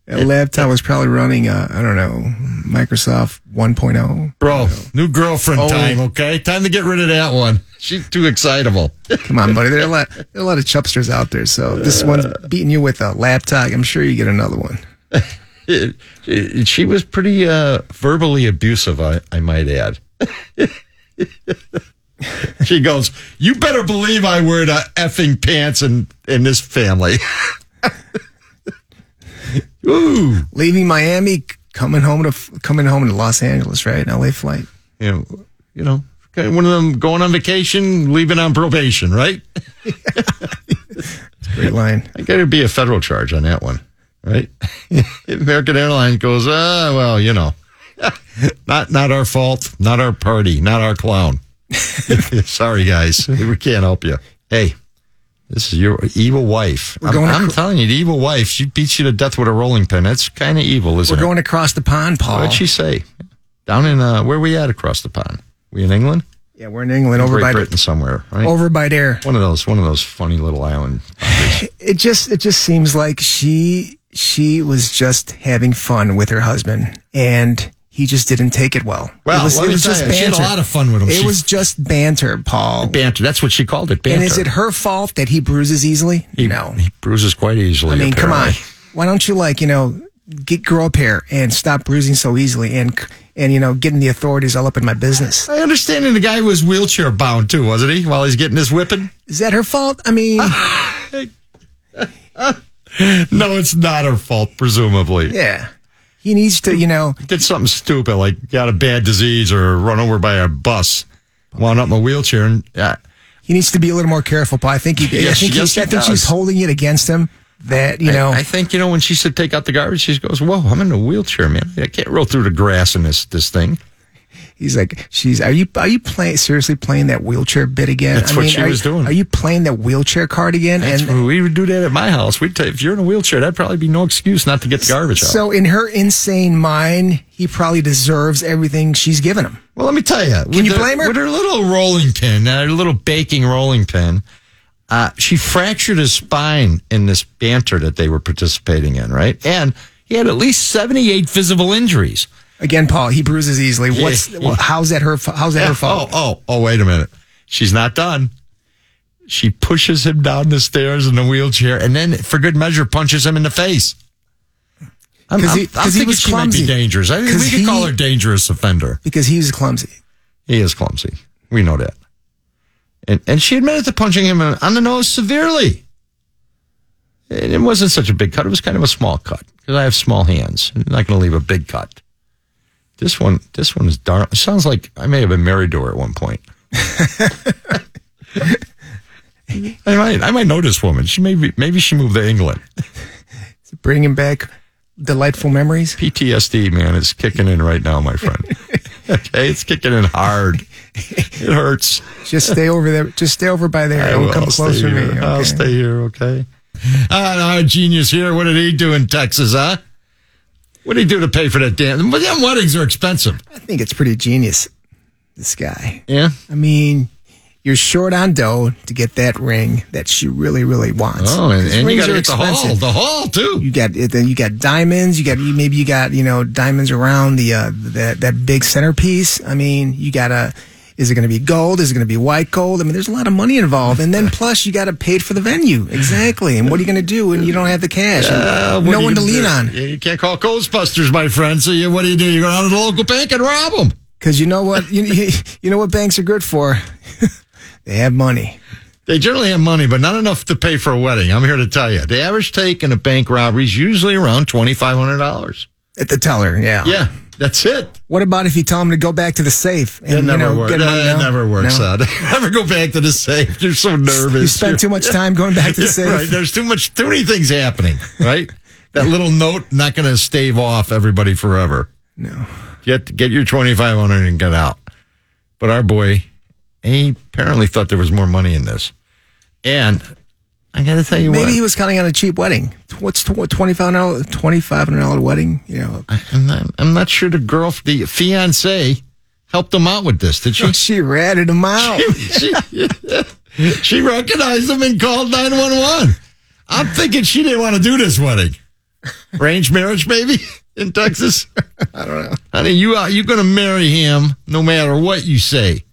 Speaker 4: That laptop was probably running, uh, I don't know, Microsoft oh. 1.0.
Speaker 3: Bro, new girlfriend
Speaker 4: Oh.
Speaker 3: time. Okay, time to get rid of that one. She's too excitable.
Speaker 4: Come on, buddy. There are a lot, there are a lot of chubsters out there. So this one's beating you with a laptop. I'm sure you get another one.
Speaker 3: It- it- she was pretty uh, verbally abusive, I, I might add. she goes, You better believe I wear the effing pants in, in this family. Ooh.
Speaker 4: Leaving Miami, coming home to coming home to Los Angeles, right? An LA flight.
Speaker 3: You know, you know, kind of one of them going on vacation, leaving on probation, right?
Speaker 4: Great line.
Speaker 3: I got to be a federal charge on that one, right? American Airlines goes, ah, well, you know, not not our fault, not our party, not our clown. Sorry, guys, we can't help you. Hey, this is your evil wife. I'm,
Speaker 4: going
Speaker 3: I'm
Speaker 4: acro-
Speaker 3: telling you, the evil wife, she beats you to death with a rolling pin. That's kind of evil, isn't
Speaker 4: We're
Speaker 3: it?
Speaker 4: going across the pond, Paul.
Speaker 3: What'd she say? Down in uh, where we at across the pond? We in England?
Speaker 4: Yeah, we're in England, over
Speaker 3: Great
Speaker 4: by
Speaker 3: Britain somewhere, right?
Speaker 4: over by there.
Speaker 3: one of those, one of those funny little island.
Speaker 4: It just it just seems like she she was just having fun with her husband, and he just didn't take it well.
Speaker 3: Well,
Speaker 4: it was,
Speaker 3: let
Speaker 4: it
Speaker 3: me
Speaker 4: was
Speaker 3: tell
Speaker 4: just
Speaker 3: you,
Speaker 9: she
Speaker 4: banter.
Speaker 9: had a lot of fun with him.
Speaker 4: It
Speaker 9: She-
Speaker 4: was just banter, Paul.
Speaker 3: Banter. That's what she called it. Banter.
Speaker 4: And is it her fault that he bruises easily?
Speaker 3: He,
Speaker 4: no.
Speaker 3: he bruises quite easily.
Speaker 4: I mean, come on.
Speaker 3: apparently.
Speaker 4: Why don't you like you know get grow up here and stop bruising so easily and and you know getting the authorities all up in my business?
Speaker 3: I understand the guy was wheelchair bound too, wasn't he? While he's getting his whipping.
Speaker 4: Is that her fault? I mean,
Speaker 3: Ah. No, it's not her fault. Presumably,
Speaker 4: yeah. He needs to, you know,
Speaker 3: did something stupid, like got a bad disease or run over by a bus, wound up in a wheelchair, and yeah,
Speaker 4: he needs to be a little more careful. Paul. I think he, I
Speaker 3: Yes,
Speaker 4: think,
Speaker 3: yes,
Speaker 4: he, I
Speaker 3: he
Speaker 4: think she's
Speaker 3: does.
Speaker 4: holding it against him that you know.
Speaker 3: I think you know when she said take out the garbage, she goes, "Whoa, I'm in a wheelchair, man. I can't roll through the grass in this this thing."
Speaker 4: he's like, she's. Are you are you playing seriously playing that wheelchair bit again?
Speaker 3: That's what she
Speaker 4: are,
Speaker 3: was doing.
Speaker 4: Are you playing that wheelchair card again?
Speaker 3: That's
Speaker 4: and
Speaker 3: what- we would do that at my house. We'd take, if you're in a wheelchair, that'd probably be no excuse not to get the garbage out.
Speaker 4: so in her insane mind, he probably deserves everything she's given him.
Speaker 3: Well, let me tell you. Can
Speaker 4: you blame her?
Speaker 3: With her little rolling pin, uh, her little baking rolling pin, uh, she fractured his spine in this banter that they were participating in, right? And he had at least 78 visible injuries.
Speaker 4: Again, Paul, he bruises easily. What's
Speaker 3: Yeah.
Speaker 4: how's that her? fa- How's that her fault?
Speaker 3: Oh, oh, oh, wait a minute. She's not done. She pushes him down the stairs in the wheelchair and then, for good measure, punches him in the face. I'm,
Speaker 4: 'Cause
Speaker 3: I'm-
Speaker 4: he-
Speaker 3: I'm
Speaker 4: 'cause he
Speaker 3: thinking
Speaker 4: was
Speaker 3: she might be
Speaker 4: clumsy.
Speaker 3: dangerous. I think
Speaker 4: 'Cause
Speaker 3: we could call
Speaker 4: he-
Speaker 3: her dangerous offender.
Speaker 4: Because he's clumsy.
Speaker 3: He is clumsy. We know that. And and she admitted to punching him on the nose severely. And it wasn't such a big cut. It was kind of a small cut because I have small hands. I'm not going to leave a big cut. This one, this one is darn. it Sounds like I may have been married to her at one point. I might, I might know this woman. She maybe, maybe she moved to England.
Speaker 4: Bringing back delightful memories.
Speaker 3: PTSD, man, is kicking in right now, my friend. okay, it's kicking in hard. It hurts.
Speaker 4: Just stay over there. Just stay over by there.
Speaker 3: I
Speaker 4: Don't
Speaker 3: will.
Speaker 4: come
Speaker 3: I'll stay
Speaker 4: closer to me.
Speaker 3: here. I'll
Speaker 4: okay?
Speaker 3: stay here, okay? Ah, our genius here. What did he do in Texas, huh? What did he do to pay for that damn? But damn weddings are expensive.
Speaker 4: I think it's pretty genius. This guy.
Speaker 3: Yeah.
Speaker 4: I mean, you're short on dough to get that ring that she really, really wants.
Speaker 3: Oh, and,
Speaker 4: These
Speaker 3: and you
Speaker 4: rings
Speaker 3: got to
Speaker 4: are
Speaker 3: get the hall,
Speaker 4: expensive.
Speaker 3: the hall too.
Speaker 4: You got then you got diamonds. You got maybe you got you know diamonds around the uh, that that big centerpiece. I mean, you gotta. Is it going to be gold? Is it going to be white gold? I mean, there's a lot of money involved, and then plus you got to pay for the venue exactly. And what are you going to do when you don't have the cash? And
Speaker 3: Uh, What
Speaker 4: no
Speaker 3: do
Speaker 4: one to
Speaker 3: you-
Speaker 4: lean on.
Speaker 3: Yeah, you can't call Ghostbusters, my friend. So you, what do you do? You go down to the local bank and rob them.
Speaker 4: Because you know what you, you, you know what banks are good for. they have money.
Speaker 3: They generally have money, but not enough to pay for a wedding. I'm here to tell you, the average take in a bank robbery is usually around twenty five hundred dollars.
Speaker 4: At the teller, yeah.
Speaker 3: Yeah, that's it.
Speaker 4: What about if you tell them to go back to the safe? And,
Speaker 3: It never
Speaker 4: you know,
Speaker 3: works.
Speaker 4: get money?
Speaker 3: That
Speaker 4: No,
Speaker 3: never works
Speaker 4: no.
Speaker 3: out. never go back to the safe. You're so nervous.
Speaker 4: You spend too much time going back to the
Speaker 3: Yeah,
Speaker 4: safe.
Speaker 3: Right. There's too much, too many things happening. Right. that little note not going to stave off everybody forever.
Speaker 4: No.
Speaker 3: Get get your twenty five hundred and get out. But our boy, he apparently thought there was more money in this, and I got to tell you
Speaker 4: Maybe he
Speaker 3: what.
Speaker 4: was counting on a cheap wedding. What's twenty five dollars? Twenty five hundred dollar wedding? You know,
Speaker 3: I'm not, I'm not sure the girl, the fiance, helped him out with this. Did she?
Speaker 4: she ratted him out.
Speaker 3: she, she recognized him and called 911. I'm thinking she didn't want to do this wedding. Arranged marriage, maybe, in Texas? I don't know. Honey, you are, you're going to marry him no matter what you say.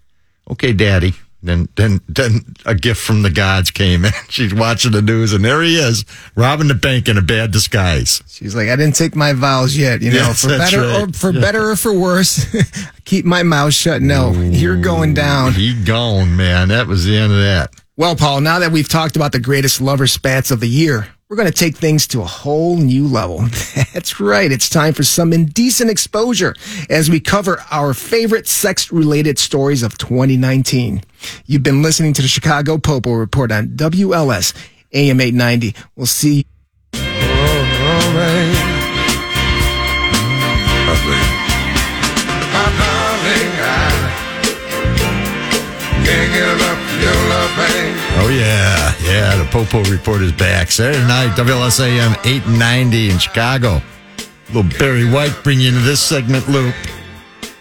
Speaker 3: Okay, daddy. Then, then, then a gift from the gods came in. She's watching the news, and there he is, robbing the bank in a bad disguise.
Speaker 4: She's like, I didn't take my vows yet. You know,
Speaker 3: Yes,
Speaker 4: for
Speaker 3: that's
Speaker 4: better or
Speaker 3: right.
Speaker 4: for
Speaker 3: Yeah.
Speaker 4: better or for worse, keep my mouth shut. No, you're going down.
Speaker 3: He gone, man. That was the end of that.
Speaker 4: Well, Paul, now that we've talked about the greatest lover spats of the year, we're going to take things to a whole new level. That's right. It's time for some indecent exposure as we cover our favorite sex related stories of 2019. You've been listening to the Chicago Popo Report on WLS AM 890. We'll see
Speaker 8: My darling, I can't give up your love, babe.
Speaker 3: Oh, yeah. Yeah, the Popo Report is back. Saturday night, WLSAM 890 in Chicago. Little Barry White bringing you into this segment, Lou.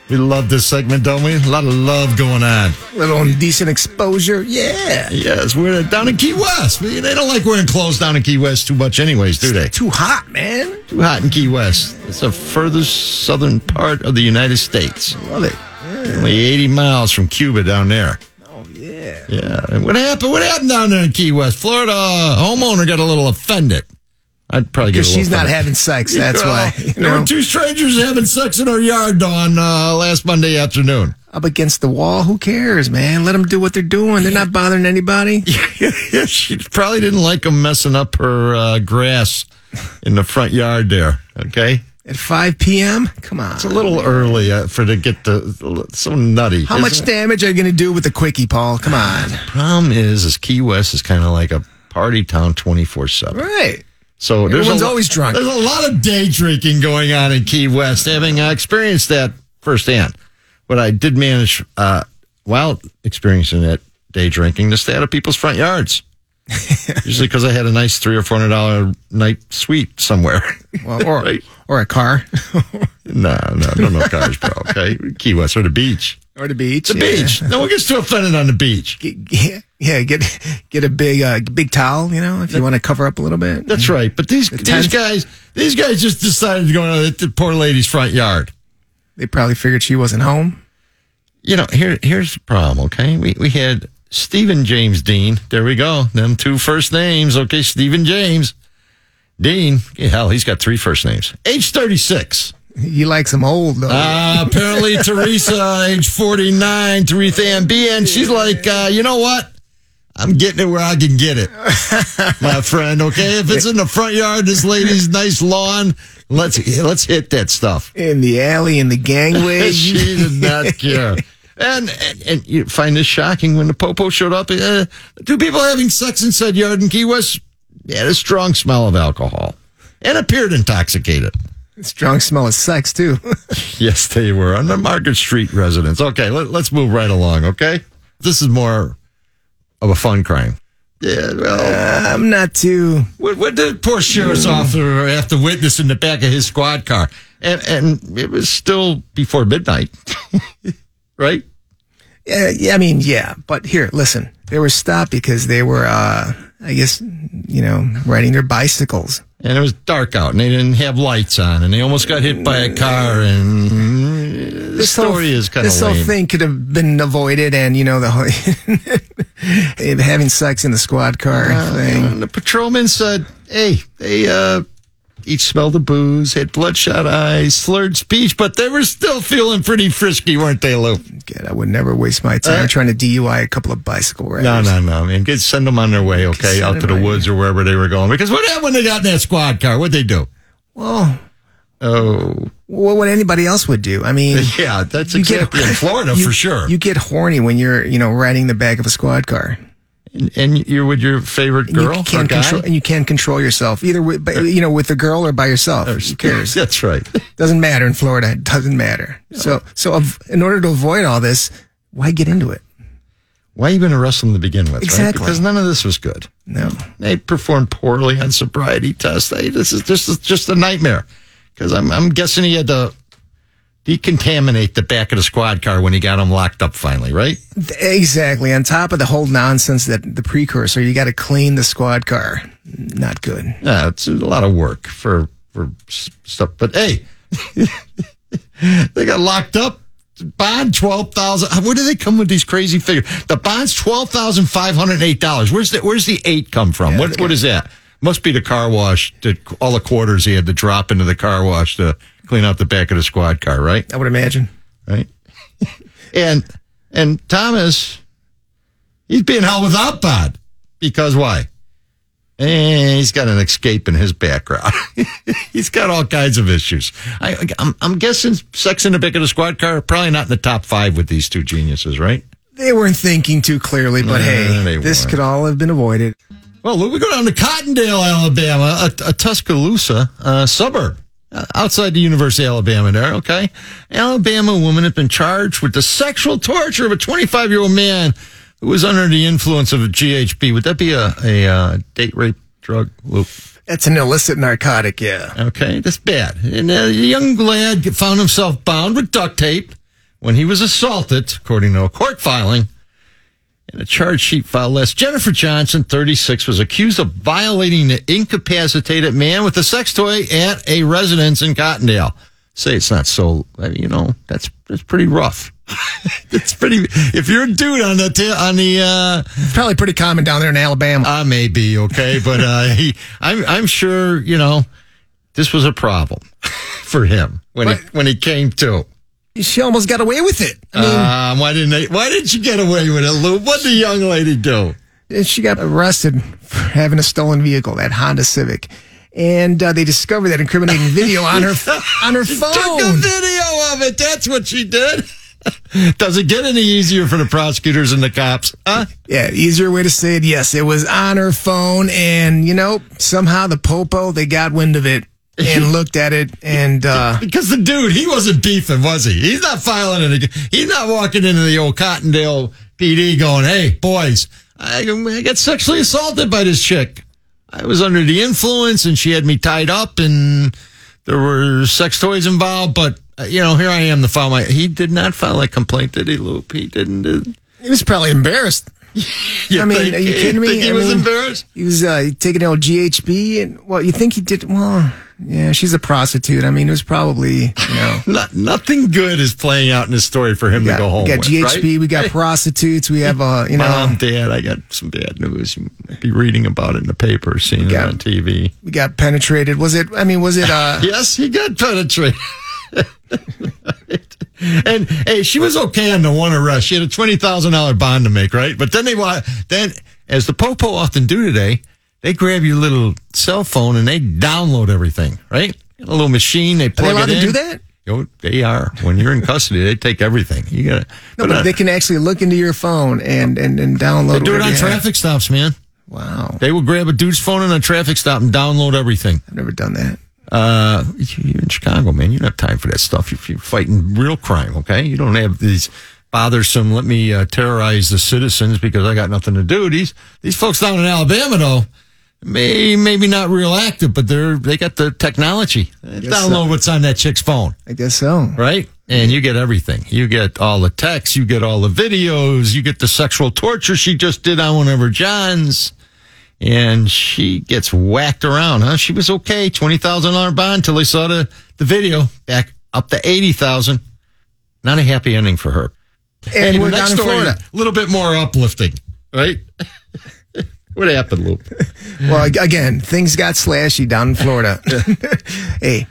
Speaker 3: We love this segment, don't we? A lot of love going on.
Speaker 4: Little indecent exposure. Yeah.
Speaker 3: Yes, we're down in Key West. We- They don't like wearing clothes down in Key West too much, anyways, do they?
Speaker 4: Too hot, man.
Speaker 3: Too hot in Key West. It's the furthest southern part of the United States.
Speaker 4: Love it.
Speaker 3: Only 80 miles from Cuba down there.
Speaker 4: Oh, yeah.
Speaker 3: Yeah. And what happened? What happened down there in Key West? Florida uh, homeowner got a little offended. I'd probably get a
Speaker 4: Because
Speaker 3: little
Speaker 4: she's not
Speaker 3: offended.
Speaker 4: having sex. That's
Speaker 3: Well,
Speaker 4: why. You
Speaker 3: There
Speaker 4: know,
Speaker 3: were two strangers having sex in our yard on uh, last Monday afternoon.
Speaker 4: up against the wall. Who cares, man? Let them do what they're doing. They're not bothering anybody.
Speaker 3: yeah, she probably didn't like them messing up her uh, grass in the front yard there. Okay.
Speaker 4: At 5 p.m.? Come on.
Speaker 3: It's a little early uh, for to get the so nutty.
Speaker 4: How much
Speaker 3: Isn't it?
Speaker 4: damage are you going to do with the quickie, Paul? Come on.
Speaker 3: problem is is Key West is kind of like a party town twenty four seven.
Speaker 4: Right.
Speaker 3: So there's
Speaker 4: Everyone's
Speaker 3: a, lo-
Speaker 4: always drunk.
Speaker 3: There's a lot of day drinking going on in Key West. Having uh, experienced that firsthand, but I did manage uh, while experiencing that day drinking to stay out of people's front yards. Usually because I had a nice three or four hundred dollar night suite somewhere.
Speaker 4: Well, or,
Speaker 3: Right.
Speaker 4: or a car.
Speaker 3: no, no, no, no cars, bro. Okay, Key West or the beach.
Speaker 4: or the beach.
Speaker 3: The beach. No one gets too offended on the beach.
Speaker 4: Get, yeah, get get a big uh, big towel, you know, if you want to cover up a little bit.
Speaker 3: That's right. But these these
Speaker 4: tent.
Speaker 3: guys these guys just decided to go out at the poor lady's front yard.
Speaker 4: They probably figured she wasn't home.
Speaker 3: You know, here here's the problem, okay? We we had Stephen James Dean. There we go. Them two first names, okay? Stephen James. Dean, yeah, hell, he's got three first names. Age 36.
Speaker 4: You like some old though.
Speaker 3: Uh, apparently, Teresa, age 49, Teresa Ann BN, she's like, uh, you know what? I'm getting it where I can get it, my friend. Okay, if it's in the front yard, this lady's nice lawn. Let's let's hit that stuff.
Speaker 4: in the alley, in the gangway.
Speaker 3: she did not care. And, and and you find this shocking when the popo showed up. Uh, two people having sex inside yard in Key West had a strong smell of alcohol and appeared intoxicated.
Speaker 4: Strong smell of sex too.
Speaker 3: Yes, they were on the Market Street residence. Okay, let, let's move right along. Okay, this is more of a fun crime. Yeah, well,
Speaker 4: I'm not too.
Speaker 3: what, what did poor sheriff's officer have to witness in the back of his squad car? And and it was still before midnight, right?
Speaker 4: Yeah, yeah, I mean, yeah. But here, listen, they were stopped because they were, uh, I guess, you know, riding their bicycles.
Speaker 3: And it was dark out, and they didn't have lights on, and they almost got hit by
Speaker 4: Mm.
Speaker 3: a car. And the
Speaker 4: This whole-
Speaker 3: story is kind of
Speaker 4: this whole
Speaker 3: lame.
Speaker 4: thing could have been avoided, and you know the whole having sex in the squad car
Speaker 3: Oh,
Speaker 4: thing.
Speaker 3: And the patrolman said, "Hey, they uh, each smelled the booze, had bloodshot eyes, slurred speech, but they were still feeling pretty frisky, weren't they, Lou?"
Speaker 4: Good, I would never waste my time
Speaker 3: Uh,
Speaker 4: trying to DUI a couple of bicycle riders.
Speaker 3: No, no, no, man. Get send them on their way, okay,
Speaker 4: Send
Speaker 3: out to
Speaker 4: them
Speaker 3: the
Speaker 4: right.
Speaker 3: woods or wherever they were going. Because what happened when they got in that squad car? What'd they do?
Speaker 4: Well,
Speaker 3: Oh,
Speaker 4: what what anybody else would do? I mean,
Speaker 3: yeah, that's
Speaker 4: you get-
Speaker 3: exactly in Florida
Speaker 4: you-
Speaker 3: for sure.
Speaker 4: You get horny when you're, you know, riding the back of a squad car.
Speaker 3: and, and you're with your favorite
Speaker 4: And
Speaker 3: girl
Speaker 4: you
Speaker 3: or
Speaker 4: can't
Speaker 3: guy.
Speaker 4: control, and you can't control yourself either. With, but, you know, with a girl or by yourself. Who cares?
Speaker 3: That's right.
Speaker 4: Doesn't matter in Florida. It doesn't matter. So, so av- in order to avoid all this, why get into it?
Speaker 3: Why even arrest them to begin with?
Speaker 4: Exactly.
Speaker 3: Right? Because none of this was good.
Speaker 4: No.
Speaker 3: they performed poorly on sobriety tests. Hey, this is this is just a nightmare. Because I'm I'm guessing he had to decontaminate the back of the squad car when he got him locked up finally, right?
Speaker 4: Th- Exactly. On top of the whole nonsense that the precursor, you got to clean the squad car. Not good.
Speaker 3: Yeah, it's a lot of work for for s- stuff. But hey, they got locked up. Bond twelve thousand. uh, Where do they come with these crazy figures? The bond's twelve thousand five hundred eight dollars. Where's the Where's the eight come from? what What is that? Must be the car wash. The, all the quarters he had to drop into the car wash to clean out the back of the squad car, right?
Speaker 4: I would imagine.
Speaker 3: Right. and and Thomas, he's being held without bond because why? Eh, he's got an escape in his background. he's got all kinds of issues. I, I'm, I'm guessing sex in the back of the squad car probably not in the top five with these two geniuses, right?
Speaker 4: They weren't thinking too clearly,
Speaker 3: Nah,
Speaker 4: but
Speaker 3: they
Speaker 4: hey, this
Speaker 3: weren't.
Speaker 4: could all have been avoided.
Speaker 3: Well, Lou, we go down to Cottondale, Alabama, a, a Tuscaloosa uh, suburb uh, outside the University of Alabama there, okay? Alabama woman has been charged with the sexual torture of a 25 year old man who was under the influence of GHB. Would that be a, a uh, date rape drug, Lou?
Speaker 4: That's an illicit narcotic, yeah.
Speaker 3: Okay, that's bad. And uh, the young lad found himself bound with duct tape when he was assaulted, according to a court filing. In a charge sheet filed last, Jennifer Johnson, 36, was accused of violating the incapacitated man with a sex toy at a residence in Cottondale. Say it's not so, I mean, you know, that's that's pretty rough. it's pretty. If you're a dude on the ta- on the uh,
Speaker 4: It's probably pretty common down there in Alabama.
Speaker 3: I may be okay, but uh, he, I'm I'm sure you know this was a problem for him when he,
Speaker 4: But-
Speaker 3: when he came to.
Speaker 4: she almost got away with it. I mean,
Speaker 3: Um, why didn't they, Why did you get away with it, Lou? What did the young lady do?
Speaker 4: and she got arrested for having a stolen vehicle, that Honda Civic, and uh, they discovered that incriminating video on her on her
Speaker 3: Took a
Speaker 4: phone.
Speaker 3: video of it. That's what she did. Does it get any easier for the prosecutors and the cops? Huh?
Speaker 4: Yeah, easier way to say it. Yes, it was on her phone, and you know somehow the popo they got wind of it and looked at it, and uh,
Speaker 3: Because the dude, he wasn't beefing, was he? He's not filing it. ag- He's not walking into the old Cottondale PD going, "Hey, boys, I, I got sexually assaulted by this chick. I was under the influence, and she had me tied up, and there were sex toys involved." But uh, you know, here I am to file my. He did not file a complaint, did he, Loop? He didn't. Did,
Speaker 4: he was probably embarrassed.
Speaker 3: you
Speaker 4: I mean,
Speaker 3: think-
Speaker 4: are you kidding me?
Speaker 3: Think he
Speaker 4: I
Speaker 3: was
Speaker 4: mean-
Speaker 3: embarrassed.
Speaker 4: He was uh, taking old GHB, and well, you think he did? Well, yeah, she's a prostitute. I mean, it was probably you know.
Speaker 3: Not, nothing good is playing out in this story for him
Speaker 4: We
Speaker 3: to go home.
Speaker 4: we got
Speaker 3: with,
Speaker 4: GHB,
Speaker 3: right? Uh-huh.
Speaker 4: we got prostitutes, we have uh, you know,
Speaker 3: Mom, Dad, I got some bad news. You might be reading about it in the paper, seeing it
Speaker 4: Yeah.
Speaker 3: on TV.
Speaker 4: we got penetrated. Was it? I mean, was it? Uh,
Speaker 3: Yes, he got penetrated. and hey, she was okay on the one arrest. She had a twenty thousand dollar bond to make, right? But then they wa- then, as the popo often do today, they grab your little cell phone and they download everything, right? A little machine. They plug
Speaker 4: allowed
Speaker 3: it
Speaker 4: to
Speaker 3: in.
Speaker 4: do that?
Speaker 3: Oh, they are. When you're in custody, they take everything. You gotta.
Speaker 4: no, but
Speaker 3: uh,
Speaker 4: they can actually look into your phone and and and
Speaker 3: they
Speaker 4: download.
Speaker 3: do it
Speaker 4: whatever
Speaker 3: on
Speaker 4: you have.
Speaker 3: traffic stops, man.
Speaker 4: Wow,
Speaker 3: They will grab a dude's phone on a traffic stop and download everything.
Speaker 4: I've never done that.
Speaker 3: Uh, you- you're in Chicago, man. You don't have time for that stuff. If you're fighting real crime, okay? You don't have these bothersome. Let me uh, terrorize the citizens because I got nothing to do. These these folks down in Alabama, though, may maybe not real active, but they're they got the technology. Download what's on that chick's phone,
Speaker 4: I guess so.
Speaker 3: right? And you get everything. You get all the texts. You get all the videos. You get the sexual torture she just did on one of her johns and she gets whacked around, huh? She was okay, twenty thousand dollar bond till they saw the, the video back up to eighty thousand. Not a happy ending for her.
Speaker 4: And
Speaker 3: Hey,
Speaker 4: we're
Speaker 3: the
Speaker 4: down
Speaker 3: next
Speaker 4: in
Speaker 3: story,
Speaker 4: Florida.
Speaker 3: A little bit more uplifting, right? what happened, Luke?
Speaker 4: Well, ag- again, things got slashy down in Florida. hey,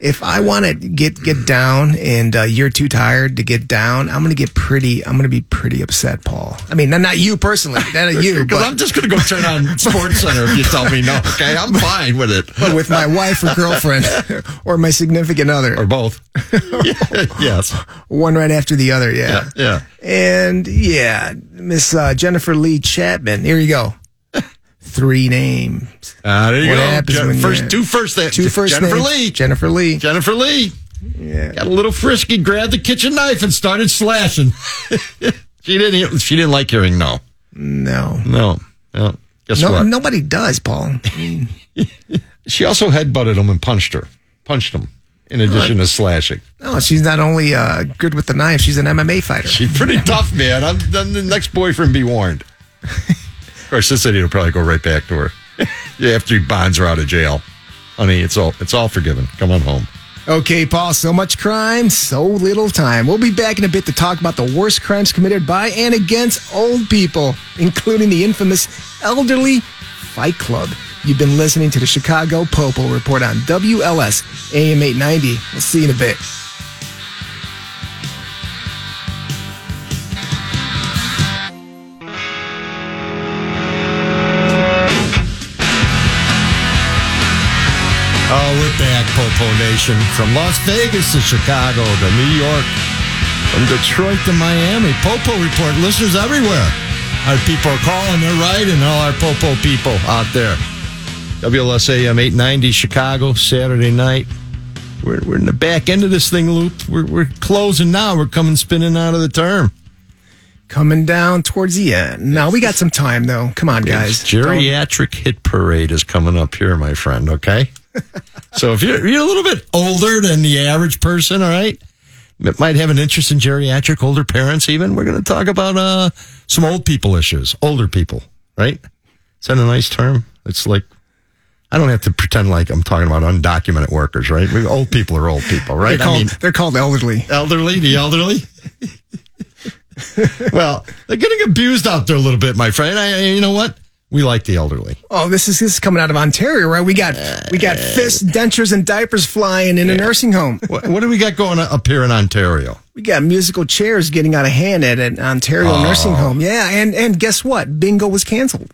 Speaker 4: if I want to get get down and uh, you're too tired to get down, I'm gonna get pretty. I'm gonna be pretty upset, Paul. I mean, not, not you personally, not you,
Speaker 3: Because
Speaker 4: but
Speaker 3: I'm just going to go turn on Sports Center if you tell me no. Okay, I'm fine with it,
Speaker 4: but with my wife or girlfriend or my significant
Speaker 3: or
Speaker 4: other,
Speaker 3: both. yes,
Speaker 4: one right after the other.
Speaker 3: yeah,
Speaker 4: Yeah,
Speaker 3: yeah.
Speaker 4: and yeah, Miss uh, Jennifer Lee Chapman. Here you go. Three names.
Speaker 3: Uh, there you
Speaker 4: What
Speaker 3: go.
Speaker 4: happens
Speaker 3: Jen-
Speaker 4: when you-
Speaker 3: first, two first, that
Speaker 4: Two first
Speaker 3: Jennifer
Speaker 4: names.
Speaker 3: Lee.
Speaker 4: Jennifer Lee.
Speaker 3: Jennifer Lee.
Speaker 4: Yeah.
Speaker 3: got a little frisky, grabbed the kitchen knife, and started slashing. she didn't. She didn't like hearing no,
Speaker 4: No.
Speaker 3: no, no. Guess
Speaker 4: No,
Speaker 3: what?
Speaker 4: nobody does, Paul.
Speaker 3: She also headbutted him and punched her. Punched him. In addition to slashing,
Speaker 4: No, Oh, she's not only uh, good with the knife, she's an MMA fighter.
Speaker 3: she's pretty tough, man. I'm, I'm the next boyfriend. Be warned. Of course, this idiot will probably go right back to her. yeah, after he bonds her out of jail. Honey, it's all it's all forgiven. Come on home.
Speaker 4: Okay, Paul, so much crime, so little time. We'll be back in a bit to talk about the worst crimes committed by and against old people, including the infamous Elderly Fight Club. You've been listening to the Chicago Popo Report on WLS AM 890. We'll see you in a bit.
Speaker 3: Oh, we're back, Popo Nation. From Las Vegas to Chicago to New York, from Detroit to Miami. Popo Report listeners everywhere. Our people are calling, they're writing, all our Popo people out there. WLSAM 890 Chicago, Saturday night. We're, we're in the back end of this thing, Loop. We're, we're closing now. We're coming spinning out of the term.
Speaker 4: Coming down towards the end. Now, we got some time, though. Come on, guys.
Speaker 3: Geriatric Hit Parade is coming up here, my friend, okay? so if you're, you're a little bit older than the average person, all right? that might have an interest in geriatric, older parents even. We're going to talk about uh, some old people issues, older people, right? Is that a nice term? It's like, I don't have to pretend like I'm talking about undocumented workers, right? We, old people are old people, right?
Speaker 4: They're
Speaker 3: I
Speaker 4: called,
Speaker 3: mean,
Speaker 4: they're called elderly.
Speaker 3: elderly, the elderly. well, they're getting abused out there a little bit, my friend. I, you know what? We like the elderly.
Speaker 4: Oh, this is this is coming out of Ontario, right? We got we got fists, dentures, and diapers flying in a nursing home.
Speaker 3: What, what do we got going up here in Ontario?
Speaker 4: We got musical chairs getting out of hand at an Ontario
Speaker 3: Oh.
Speaker 4: nursing home. Yeah, and and guess what? Bingo was canceled.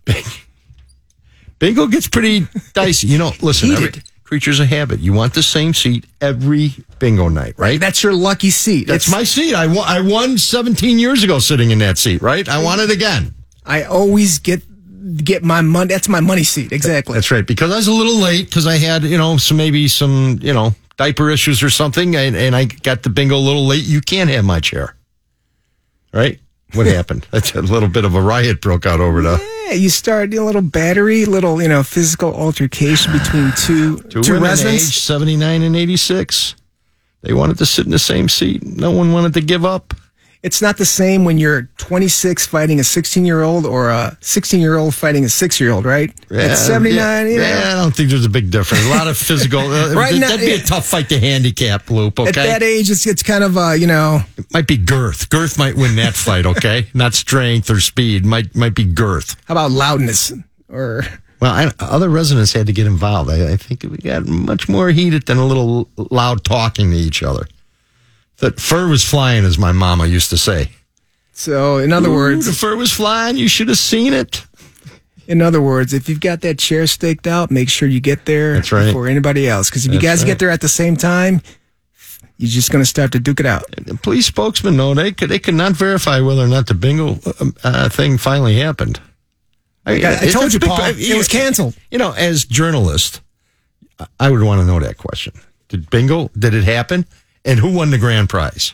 Speaker 3: Bingo gets pretty dicey. You know, listen, every,
Speaker 4: Heated.
Speaker 3: creature's a habit. You want the same seat every bingo night, right?
Speaker 4: That's your lucky seat.
Speaker 3: That's
Speaker 4: It's-
Speaker 3: my seat. I won, I won 17 years ago sitting in that seat, right? I want it again.
Speaker 4: I always get get my money. That's my money seat. Exactly.
Speaker 3: That's right. Because I was a little late because I had, you know, some maybe some, you know, diaper issues or something. And, and I got the bingo a little late. You can't have my chair. Right? What happened? That's a little bit of a riot broke out over the.
Speaker 4: Yeah, you start a little battery, little you know physical altercation between two two,
Speaker 3: women
Speaker 4: residents.
Speaker 3: aged 79 and 86. They wanted to sit in the same seat. No one wanted to give up.
Speaker 4: It's not the same when you're 26 fighting a 16 year old or a 16 year old fighting a six year old, right?
Speaker 3: Yeah,
Speaker 4: At 79,
Speaker 3: yeah,
Speaker 4: you know,
Speaker 3: yeah, I don't think there's a big difference. A lot of physical. uh,
Speaker 4: Right now-
Speaker 3: that'd be a tough fight to handicap, Loop, okay?
Speaker 4: at that age, it's it's kind of uh, you know
Speaker 3: might be girth. Girth might win that fight, okay? Not strength or speed. Might might be girth.
Speaker 4: how about loudness or
Speaker 3: Well, I, other residents had to get involved. I, I think we got much more heated than a little loud talking to each other. That fur was flying, as my mama used to say.
Speaker 4: so. In other
Speaker 3: Ooh, the
Speaker 4: words,
Speaker 3: fur was flying. You should have seen it.
Speaker 4: in other words, if you've got that chair staked out, make sure you get there
Speaker 3: That's right.
Speaker 4: before anybody else. Because if you guys get there at the same time, you're just gonna start to duke it out.
Speaker 3: The police spokesman, no, they could they could not verify whether or not the bingo uh, uh, thing finally happened. I,
Speaker 4: I- I
Speaker 3: it's
Speaker 4: told
Speaker 3: a
Speaker 4: you,
Speaker 3: big-
Speaker 4: Paul, it was canceled.
Speaker 3: You know, as journalist, I- I would want to know that question: Did bingo? Did it happen? And who won the grand prize?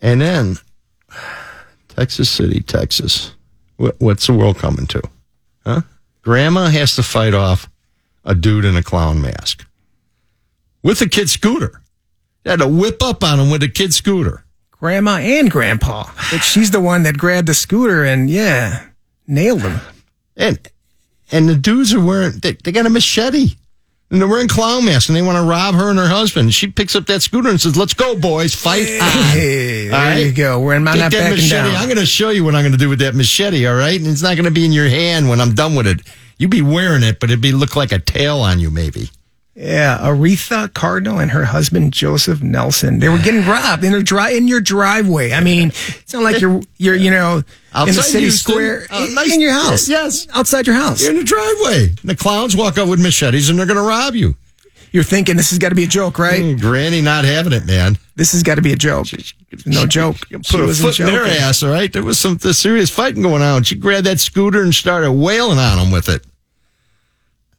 Speaker 3: And then, Texas City, Texas. What, what's the world coming to? Huh? Grandma has to fight off a dude in a clown mask with a kid scooter. They had to whip up on him with a kid scooter.
Speaker 4: grandma and grandpa. But she's the one that grabbed the scooter and yeah, nailed him.
Speaker 3: And and the dudes are wearing they, they got a machete. And they're wearing clown masks and they want to rob her and her husband. She picks up that scooter and says, Let's go, boys, fight on.
Speaker 4: Hey, there
Speaker 3: All right.
Speaker 4: you go. We're I'm
Speaker 3: Take
Speaker 4: not
Speaker 3: that
Speaker 4: backing
Speaker 3: machete. I'm
Speaker 4: down.
Speaker 3: going to show you what I'm going to do with that machete, all right? And it's not going to be in your hand when I'm done with it. You'd be wearing it, but it'd be look like a tail on you, maybe.
Speaker 4: Yeah, Aretha Cardinal and her husband Joseph Nelson. They were getting robbed in their dri- in your driveway. I mean, it's not like you're you're you know in the
Speaker 3: Outside
Speaker 4: city
Speaker 3: Houston.
Speaker 4: square
Speaker 3: Uh,
Speaker 4: in,
Speaker 3: nice-
Speaker 4: in your house.
Speaker 3: yes.
Speaker 4: outside your house.
Speaker 3: You're in the driveway. And the clowns walk up with machetes and they're going to rob you.
Speaker 4: You're thinking this has got to be a joke, right?
Speaker 3: Mm, Granny not having it, man.
Speaker 4: This has got to be a joke. No joke.
Speaker 3: put a foot in their ass, all right? There was some th- serious fighting going on. She grabbed that scooter and started wailing on him with it.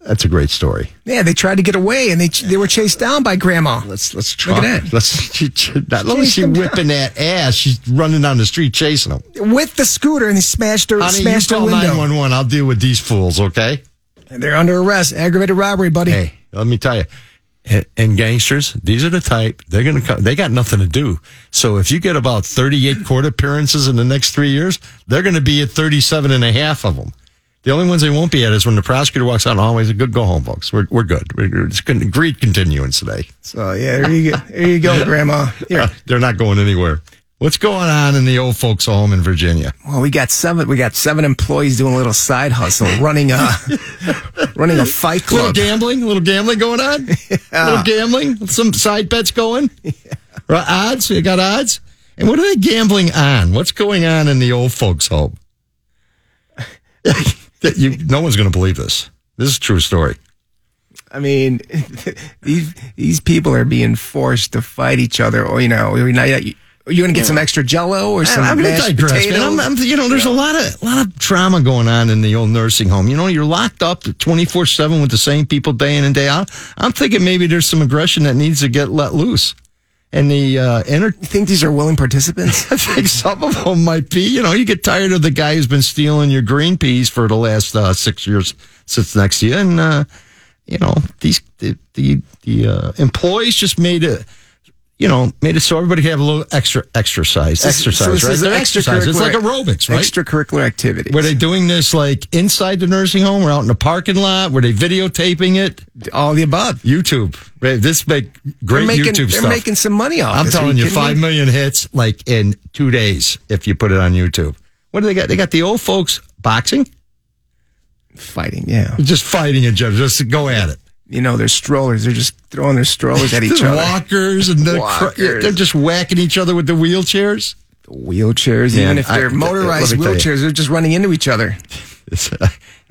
Speaker 3: That's a great story.
Speaker 4: Yeah, they tried to get away and they ch- they were chased down by grandma.
Speaker 3: Let's let's try.
Speaker 4: Look at that.
Speaker 3: Let's she, she, not only
Speaker 4: Chased
Speaker 3: she
Speaker 4: him
Speaker 3: whipping that ass, she's running down the street chasing him.
Speaker 4: with the scooter and they smashed her
Speaker 3: Honey, you
Speaker 4: smashed her
Speaker 3: call nine
Speaker 4: window.
Speaker 3: one one. I'll deal with these fools. Okay.
Speaker 4: And they're under arrest, aggravated robbery, buddy.
Speaker 3: Hey, let me tell you. And- And gangsters, these are the type. They're gonna come. They got nothing to do. So if you get about thirty-eight court appearances in the next three years, they're gonna be at 37 and a half of them. The only ones they won't be at is when the prosecutor walks out and always a good go home, folks. We're we're good. We're, we're just gonna great continuance today.
Speaker 4: So yeah, there you go, there you go, Grandma. Here,
Speaker 3: They're not going anywhere. What's going on in the old folks' home in Virginia?
Speaker 4: well, we got seven, we got seven employees doing a little side hustle, running a running a fight
Speaker 3: A little
Speaker 4: club.
Speaker 3: gambling, a little gambling going on. A little gambling, some side bets going. Right, odds, you got odds. And what are they gambling on? What's going on in the old folks' home? That you, no one's going to believe this. This is a true story.
Speaker 4: I mean, these these people are being forced to fight each other, or you know, you're not yet. You're gonna get some extra Jello or some
Speaker 3: I'm going to
Speaker 4: mashed
Speaker 3: digress, man.
Speaker 4: potatoes?
Speaker 3: I'm, I'm- you know, there's a lot of lot of drama going on in the old nursing home. You know, you're locked up 24 seven with the same people day in and day out. I'm thinking maybe there's some aggression that needs to get let loose, and the uh, enter-
Speaker 4: you think these are willing participants?
Speaker 3: I think some of them might be. You know, you get tired of the guy who's been stealing your green peas for the last uh, six years since next year, and uh, you know these the the, the uh, employees just made a. you know, made it so everybody could have a little extra exercise.
Speaker 4: So
Speaker 3: Exercise,
Speaker 4: this
Speaker 3: right?
Speaker 4: is
Speaker 3: They're
Speaker 4: an
Speaker 3: exercise. It's like
Speaker 4: extracurricular-
Speaker 3: aerobics, right?
Speaker 4: Extracurricular activities.
Speaker 3: Were they doing this like inside the nursing home or out in the parking lot? Were they videotaping it?
Speaker 4: All the above.
Speaker 3: YouTube. Right? This make great
Speaker 4: They're making,
Speaker 3: YouTube
Speaker 4: they're
Speaker 3: stuff.
Speaker 4: making some money off.
Speaker 3: I'm
Speaker 4: this. Are
Speaker 3: telling you,
Speaker 4: kidding me?
Speaker 3: five million hits like in two days if you put it on YouTube. What do they got? They got the old folks boxing,
Speaker 4: fighting. Yeah,
Speaker 3: just fighting each other, just go at it.
Speaker 4: you know they're strollers. They're just throwing their strollers at each
Speaker 3: Just
Speaker 4: other.
Speaker 3: walkers and the cr-
Speaker 4: Walkers.
Speaker 3: they're just whacking each other with the wheelchairs.
Speaker 4: Wheelchairs,
Speaker 3: Yeah,
Speaker 4: even if
Speaker 3: I-
Speaker 4: they're
Speaker 3: let- let me
Speaker 4: motorized
Speaker 3: tell you.
Speaker 4: wheelchairs, they're just running into each other.
Speaker 3: It's, uh,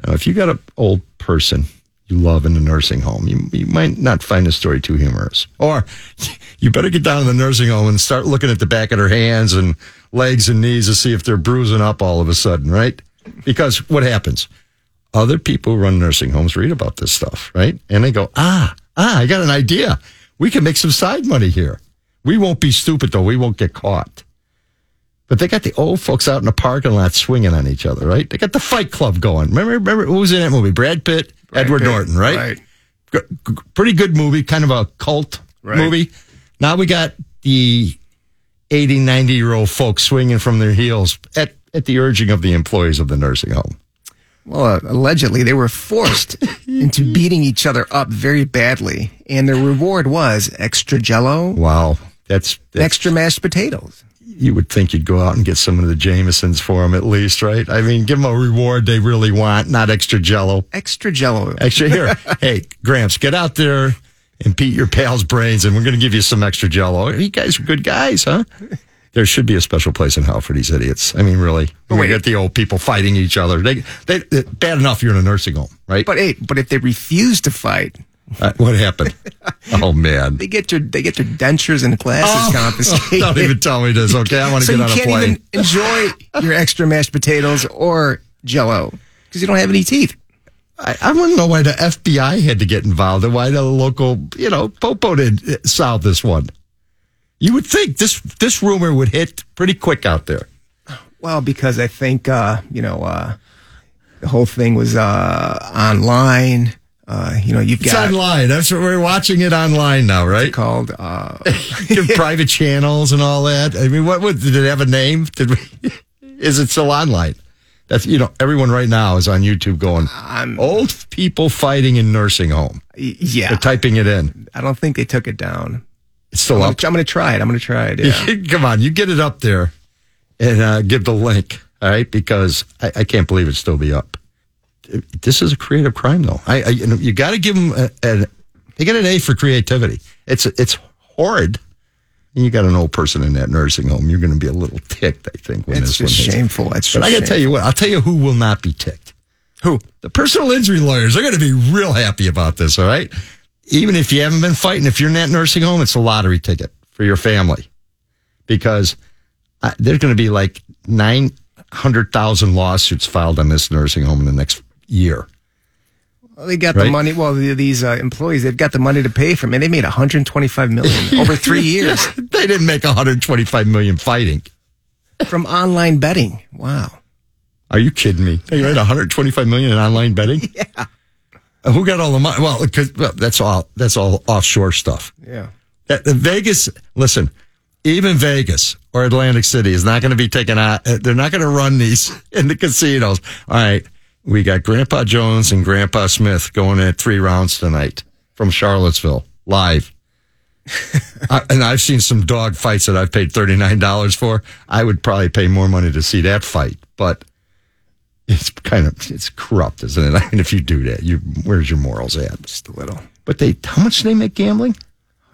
Speaker 3: if you got an old person you love in the nursing home, you, you might not find the story too humorous. Or you better get down to the nursing home and start looking at the back of their hands and legs and knees to see if they're bruising up all of a sudden, right? Because what happens? Other people who run nursing homes read about this stuff, right? And they go, ah, ah, I got an idea. We can make some side money here. We won't be stupid though. We won't get caught. But they got the old folks out in the parking lot swinging on each other, right? They got the Fight Club going. Remember, remember who was in that movie? Brad Pitt, Edward
Speaker 4: Pitt,
Speaker 3: Norton, right?
Speaker 4: right.
Speaker 3: G- g- pretty good movie, kind of a cult
Speaker 4: Right.
Speaker 3: movie. Now we got the 80, 90 year old folks swinging from their heels at, at the urging of the employees of the nursing home.
Speaker 4: Well, uh, allegedly, they were forced into beating each other up very badly, and their reward was extra jello,
Speaker 3: Wow. That's, that's
Speaker 4: extra mashed potatoes.
Speaker 3: you would think you'd go out and get some of the Jamesons for them at least, right? I mean, give them a reward they really want, not extra jello.
Speaker 4: Extra jello.
Speaker 3: Extra here. hey, Gramps, get out there and beat your pal's brains, and we're going to give you some extra jello. You guys are good guys, huh? There should be a special place in hell for these idiots. I mean, really. We
Speaker 4: wait.
Speaker 3: get the old people fighting each other. They, they, bad enough you're in a nursing home, right?
Speaker 4: But hey, but if they refuse to fight,
Speaker 3: Uh, what happened? oh, man. Oh,
Speaker 4: they get your they get their dentures and glasses confiscated.
Speaker 3: Don't even tell me this, okay? I want to get
Speaker 4: so you
Speaker 3: on a
Speaker 4: can't
Speaker 3: plane.
Speaker 4: even enjoy your extra mashed potatoes or jello because you don't have any teeth.
Speaker 3: I, I want to know why the FBI had to get involved and why the local, you know, Popo did uh, solve this one. You would think this this rumor would hit pretty quick out there.
Speaker 4: Well, because I think uh, you know uh, the whole thing was uh, online. Uh, you know, you've
Speaker 3: It's
Speaker 4: got
Speaker 3: online. That's what we're watching it online now, right?
Speaker 4: called uh,
Speaker 3: Give private channels and all that. I mean, what would did it have a name? Did we? Is it still online? That's you know, everyone right now is on YouTube going old people fighting in nursing home.
Speaker 4: y- yeah.
Speaker 3: They're typing it in.
Speaker 4: I don't think they took it down.
Speaker 3: It's still
Speaker 4: I'm
Speaker 3: up.
Speaker 4: gonna try it. I'm gonna try it. Yeah.
Speaker 3: Come on, you get it up there and uh, give the link, all right? Because I, I can't believe it still be up. This is a creative crime, though. I, I you, know, you got to give them an they get an A for creativity. It's it's horrid. And you got an old person in that nursing home. You're going to be a little ticked, I think. When this
Speaker 4: It's just
Speaker 3: one hits.
Speaker 4: shameful. It's
Speaker 3: But
Speaker 4: just
Speaker 3: I got to tell you what. I'll tell you who will not be ticked. Who? The personal injury lawyers. They're going to be real happy about this. All right. Even if you haven't been fighting, if you're in that nursing home, it's a lottery ticket for your family because uh, there's going to be like 900,000 lawsuits filed on this nursing home in the next year.
Speaker 4: Well, they got the
Speaker 3: Right?
Speaker 4: money. Well, the, these uh, employees, they've got the money to pay for. Man, they made 125 million over three years
Speaker 3: they didn't make 125 million fighting.
Speaker 4: from online betting. Wow.
Speaker 3: Are you kidding me? They made 125 million in online betting? Yeah. Who got all the money? Well, because well, that's all that's all offshore stuff.
Speaker 4: Yeah.
Speaker 3: That- that Uh, Vegas, listen, even Vegas or Atlantic City is not going to be taking out. uh, They're not going to run these in the casinos. All right, we got Grandpa Jones and Grandpa Smith going at three rounds tonight from Charlottesville live. I, and I've seen some dog fights that I've paid thirty nine dollars for. I would probably pay more money to see that fight, but it's kind of it's corrupt, isn't it? I mean, if you do that, you where's your morals at?
Speaker 4: Just a little.
Speaker 3: But they how much do they make gambling?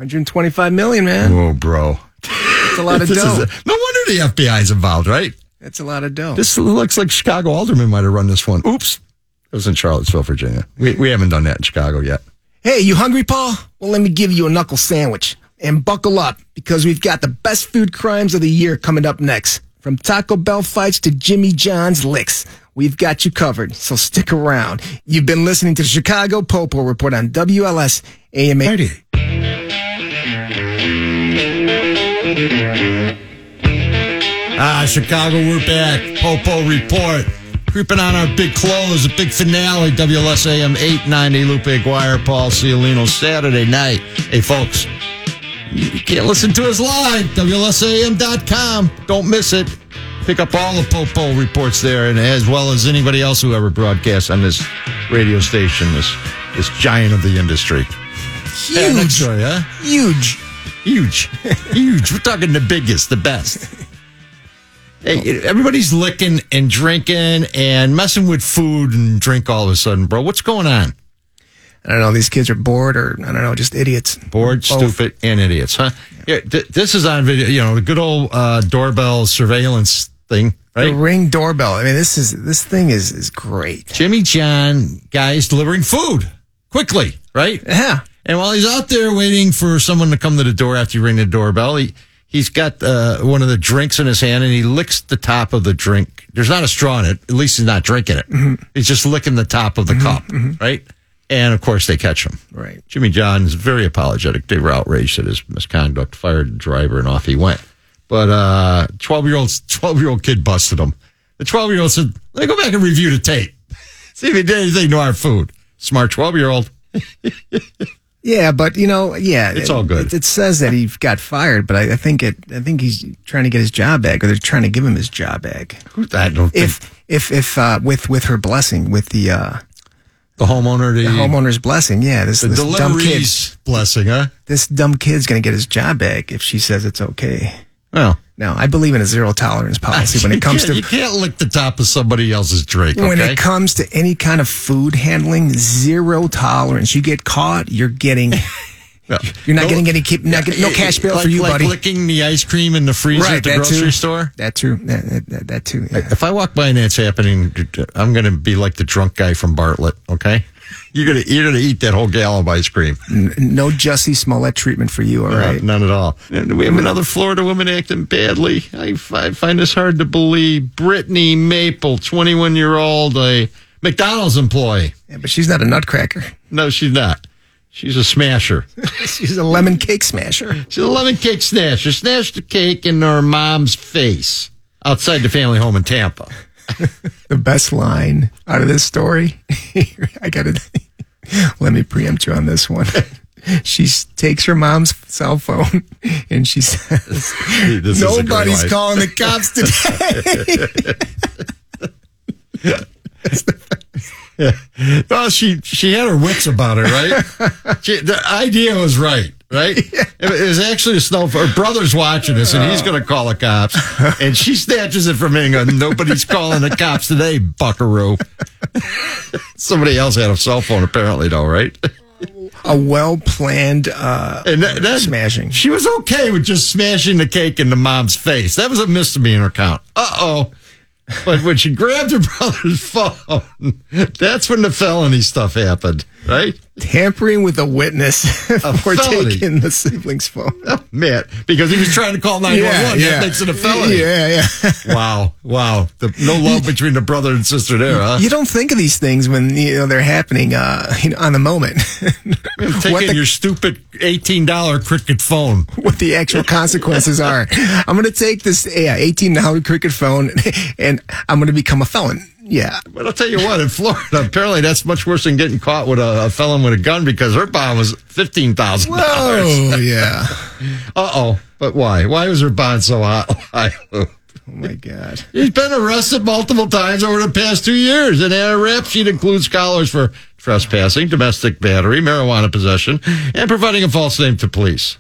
Speaker 4: 125 million, man.
Speaker 3: Whoa, bro.
Speaker 4: That's a lot of
Speaker 3: This is
Speaker 4: dough.
Speaker 3: a- no wonder the FBI's involved, right?
Speaker 4: That's a lot of dough.
Speaker 3: This looks like Chicago alderman might have run this one. Oops. It was in Charlottesville, Virginia. We, we haven't done that in Chicago yet.
Speaker 4: Hey, you hungry, Paul? Well, let me give you a knuckle sandwich. And buckle up, because we've got the best food crimes of the year coming up next. From Taco Bell fights to Jimmy John's licks, we've got you covered, so stick around. You've been listening to the Chicago Popo Report on WLS AMA.
Speaker 3: Ah, Chicago, we're back. Popo Report. Creeping on our big close, a big finale, WLSAM 890, Lupe Aguirre, Paul Ciolino, Saturday night. Hey, folks, You can't listen to us live. WLSAM.com. Don't miss it. Pick up all the Popo reports there, and as well as anybody else who ever broadcasts on this radio station, this this giant of the industry. Yeah,
Speaker 4: Huge.
Speaker 3: next story, huh?
Speaker 4: Huge.
Speaker 3: Huge. Huge. We're talking the biggest, the best. Hey, everybody's licking and drinking and messing with food and drink all of a sudden, bro. What's going on?
Speaker 4: I don't know. These kids are bored or, I don't know, just idiots.
Speaker 3: Bored,
Speaker 4: Both.
Speaker 3: stupid, and idiots, huh? Yeah, th- this is on video, you know, the good old uh, doorbell surveillance thing,
Speaker 4: The
Speaker 3: right?
Speaker 4: ring doorbell. I mean, this is this thing is is great.
Speaker 3: Jimmy John guys delivering food quickly, right?
Speaker 4: Yeah.
Speaker 3: And while he's out there waiting for someone to come to the door after you ring the doorbell, he, he's got uh, one of the drinks in his hand and he licks the top of the drink. There's not a straw in it. At least he's not drinking it. He's just licking the top of the cup, right? And of course, they catch him.
Speaker 4: Right.
Speaker 3: Jimmy John is very apologetic. They were outraged at his misconduct, fired the driver, and off he went. But uh, 12 year old 12 year old kid busted him. The 12 year old said, Let me go back and review the tape. See if he did anything to our food. Smart 12 year old.
Speaker 4: Yeah, but you know, yeah,
Speaker 3: It's all good.
Speaker 4: It, it says that he got fired, but I, I think it. I think he's trying to get his job back, or they're trying to give him his job back.
Speaker 3: I don't think
Speaker 4: If if if uh, with with her blessing, with the uh,
Speaker 3: the homeowner, the,
Speaker 4: homeowner's blessing, yeah, this,
Speaker 3: the
Speaker 4: this dumb kid,
Speaker 3: delivery's blessing, huh?
Speaker 4: this dumb kid's gonna get his job back if she says it's okay.
Speaker 3: Well,
Speaker 4: No, I believe in a zero tolerance policy when
Speaker 3: Ah, you
Speaker 4: it comes
Speaker 3: can't- you
Speaker 4: to
Speaker 3: can't lick the top of somebody else's drink. Okay?
Speaker 4: When it comes to any kind of food handling, zero tolerance. You get caught, you're getting
Speaker 3: No.
Speaker 4: you're not
Speaker 3: No-
Speaker 4: getting any keep not getting, no cash bail
Speaker 3: like,
Speaker 4: for you,
Speaker 3: like
Speaker 4: buddy.
Speaker 3: Licking the ice cream in the freezer at the
Speaker 4: that
Speaker 3: grocery
Speaker 4: too.
Speaker 3: store.
Speaker 4: That too. That, that- that, that too. yeah.
Speaker 3: If I walk by and that's happening, I'm going to be like the drunk guy from Bartlett. Okay, you're gonna you're gonna eat that whole gallon of ice cream.
Speaker 4: No Jussie Smollett treatment for you. All
Speaker 3: Uh,
Speaker 4: right.
Speaker 3: None at all. And we have another Florida woman acting badly. I, I find this hard to believe. Brittany Maple, 21 year old, a McDonald's employee.
Speaker 4: Yeah, but she's not a nutcracker.
Speaker 3: No, she's not. She's a smasher.
Speaker 4: she's a lemon cake smasher.
Speaker 3: She's a lemon cake snatcher. Snatched the cake in her mom's face outside the family home in Tampa.
Speaker 4: The best line out of this story. I got to let me preempt you on this one. She s- takes her mom's cell phone and she says,
Speaker 3: This is a great
Speaker 4: Nobody's
Speaker 3: life.
Speaker 4: calling the cops today.
Speaker 3: Well, she she had her wits about her, right? she, the idea was right, right? It was actually a snow. Her brother's watching this, and he's going to call the cops. And she snatches it from him. And nobody's calling the cops today, Buckaroo. Somebody else had a cell phone, apparently, though, right?
Speaker 4: a well planned uh,
Speaker 3: And that, that-
Speaker 4: smashing.
Speaker 3: She was okay with just smashing the cake into mom's face. That was a misdemeanor count. Uh oh. But when she grabbed her brother's phone, that's when the felony stuff happened, right?
Speaker 4: Tampering with a witness for
Speaker 3: felony.
Speaker 4: taking the sibling's phone.
Speaker 3: Oh, Man, because he was trying to call 911. That makes it a felony.
Speaker 4: Yeah, yeah.
Speaker 3: Wow, wow. The, no love between the brother and sister there, huh?
Speaker 4: You don't think of these things when you know they're happening uh, you know, on the moment. what,
Speaker 3: Taking
Speaker 4: the,
Speaker 3: your stupid $18 cricket phone.
Speaker 4: what the actual consequences are. I'm going to take this yeah, $18 cricket phone and I'm going to become a felon. Yeah.
Speaker 3: But I'll tell you what, in Florida, apparently that's much worse than getting caught with a, a felon with a gun because her bond was $15,000.
Speaker 4: Whoa, Oh, yeah.
Speaker 3: Uh oh. But why? Why was her bond so hot? Why?
Speaker 4: Oh my God.
Speaker 3: He's been arrested multiple times over the past two years, and her rap sheet includes collars for trespassing, domestic battery, marijuana possession, and providing a false name to police.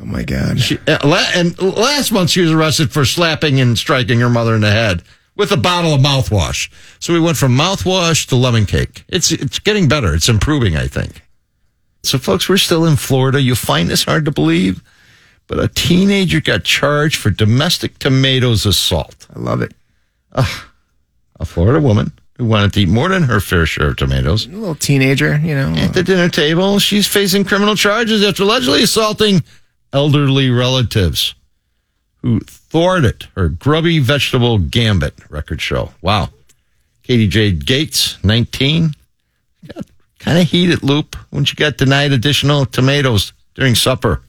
Speaker 4: Oh my God.
Speaker 3: She, uh, la- and last month, she was arrested for slapping and striking her mother in the head with a bottle of mouthwash. So we went from mouthwash to lemon cake. It's it's getting better. It's improving, I think. So, folks, we're still in Florida. You find this hard to believe, but a teenager got charged for domestic tomatoes assault.
Speaker 4: I love it.
Speaker 3: A Florida woman who wanted to eat more than her fair share of tomatoes
Speaker 4: A little teenager, you know.
Speaker 3: at the dinner table. She's facing criminal charges after allegedly assaulting elderly relatives who thwarted her grubby vegetable gambit record show. Wow. Katie Jade Gates, 19. Got kind of heated loop when she got denied additional tomatoes during supper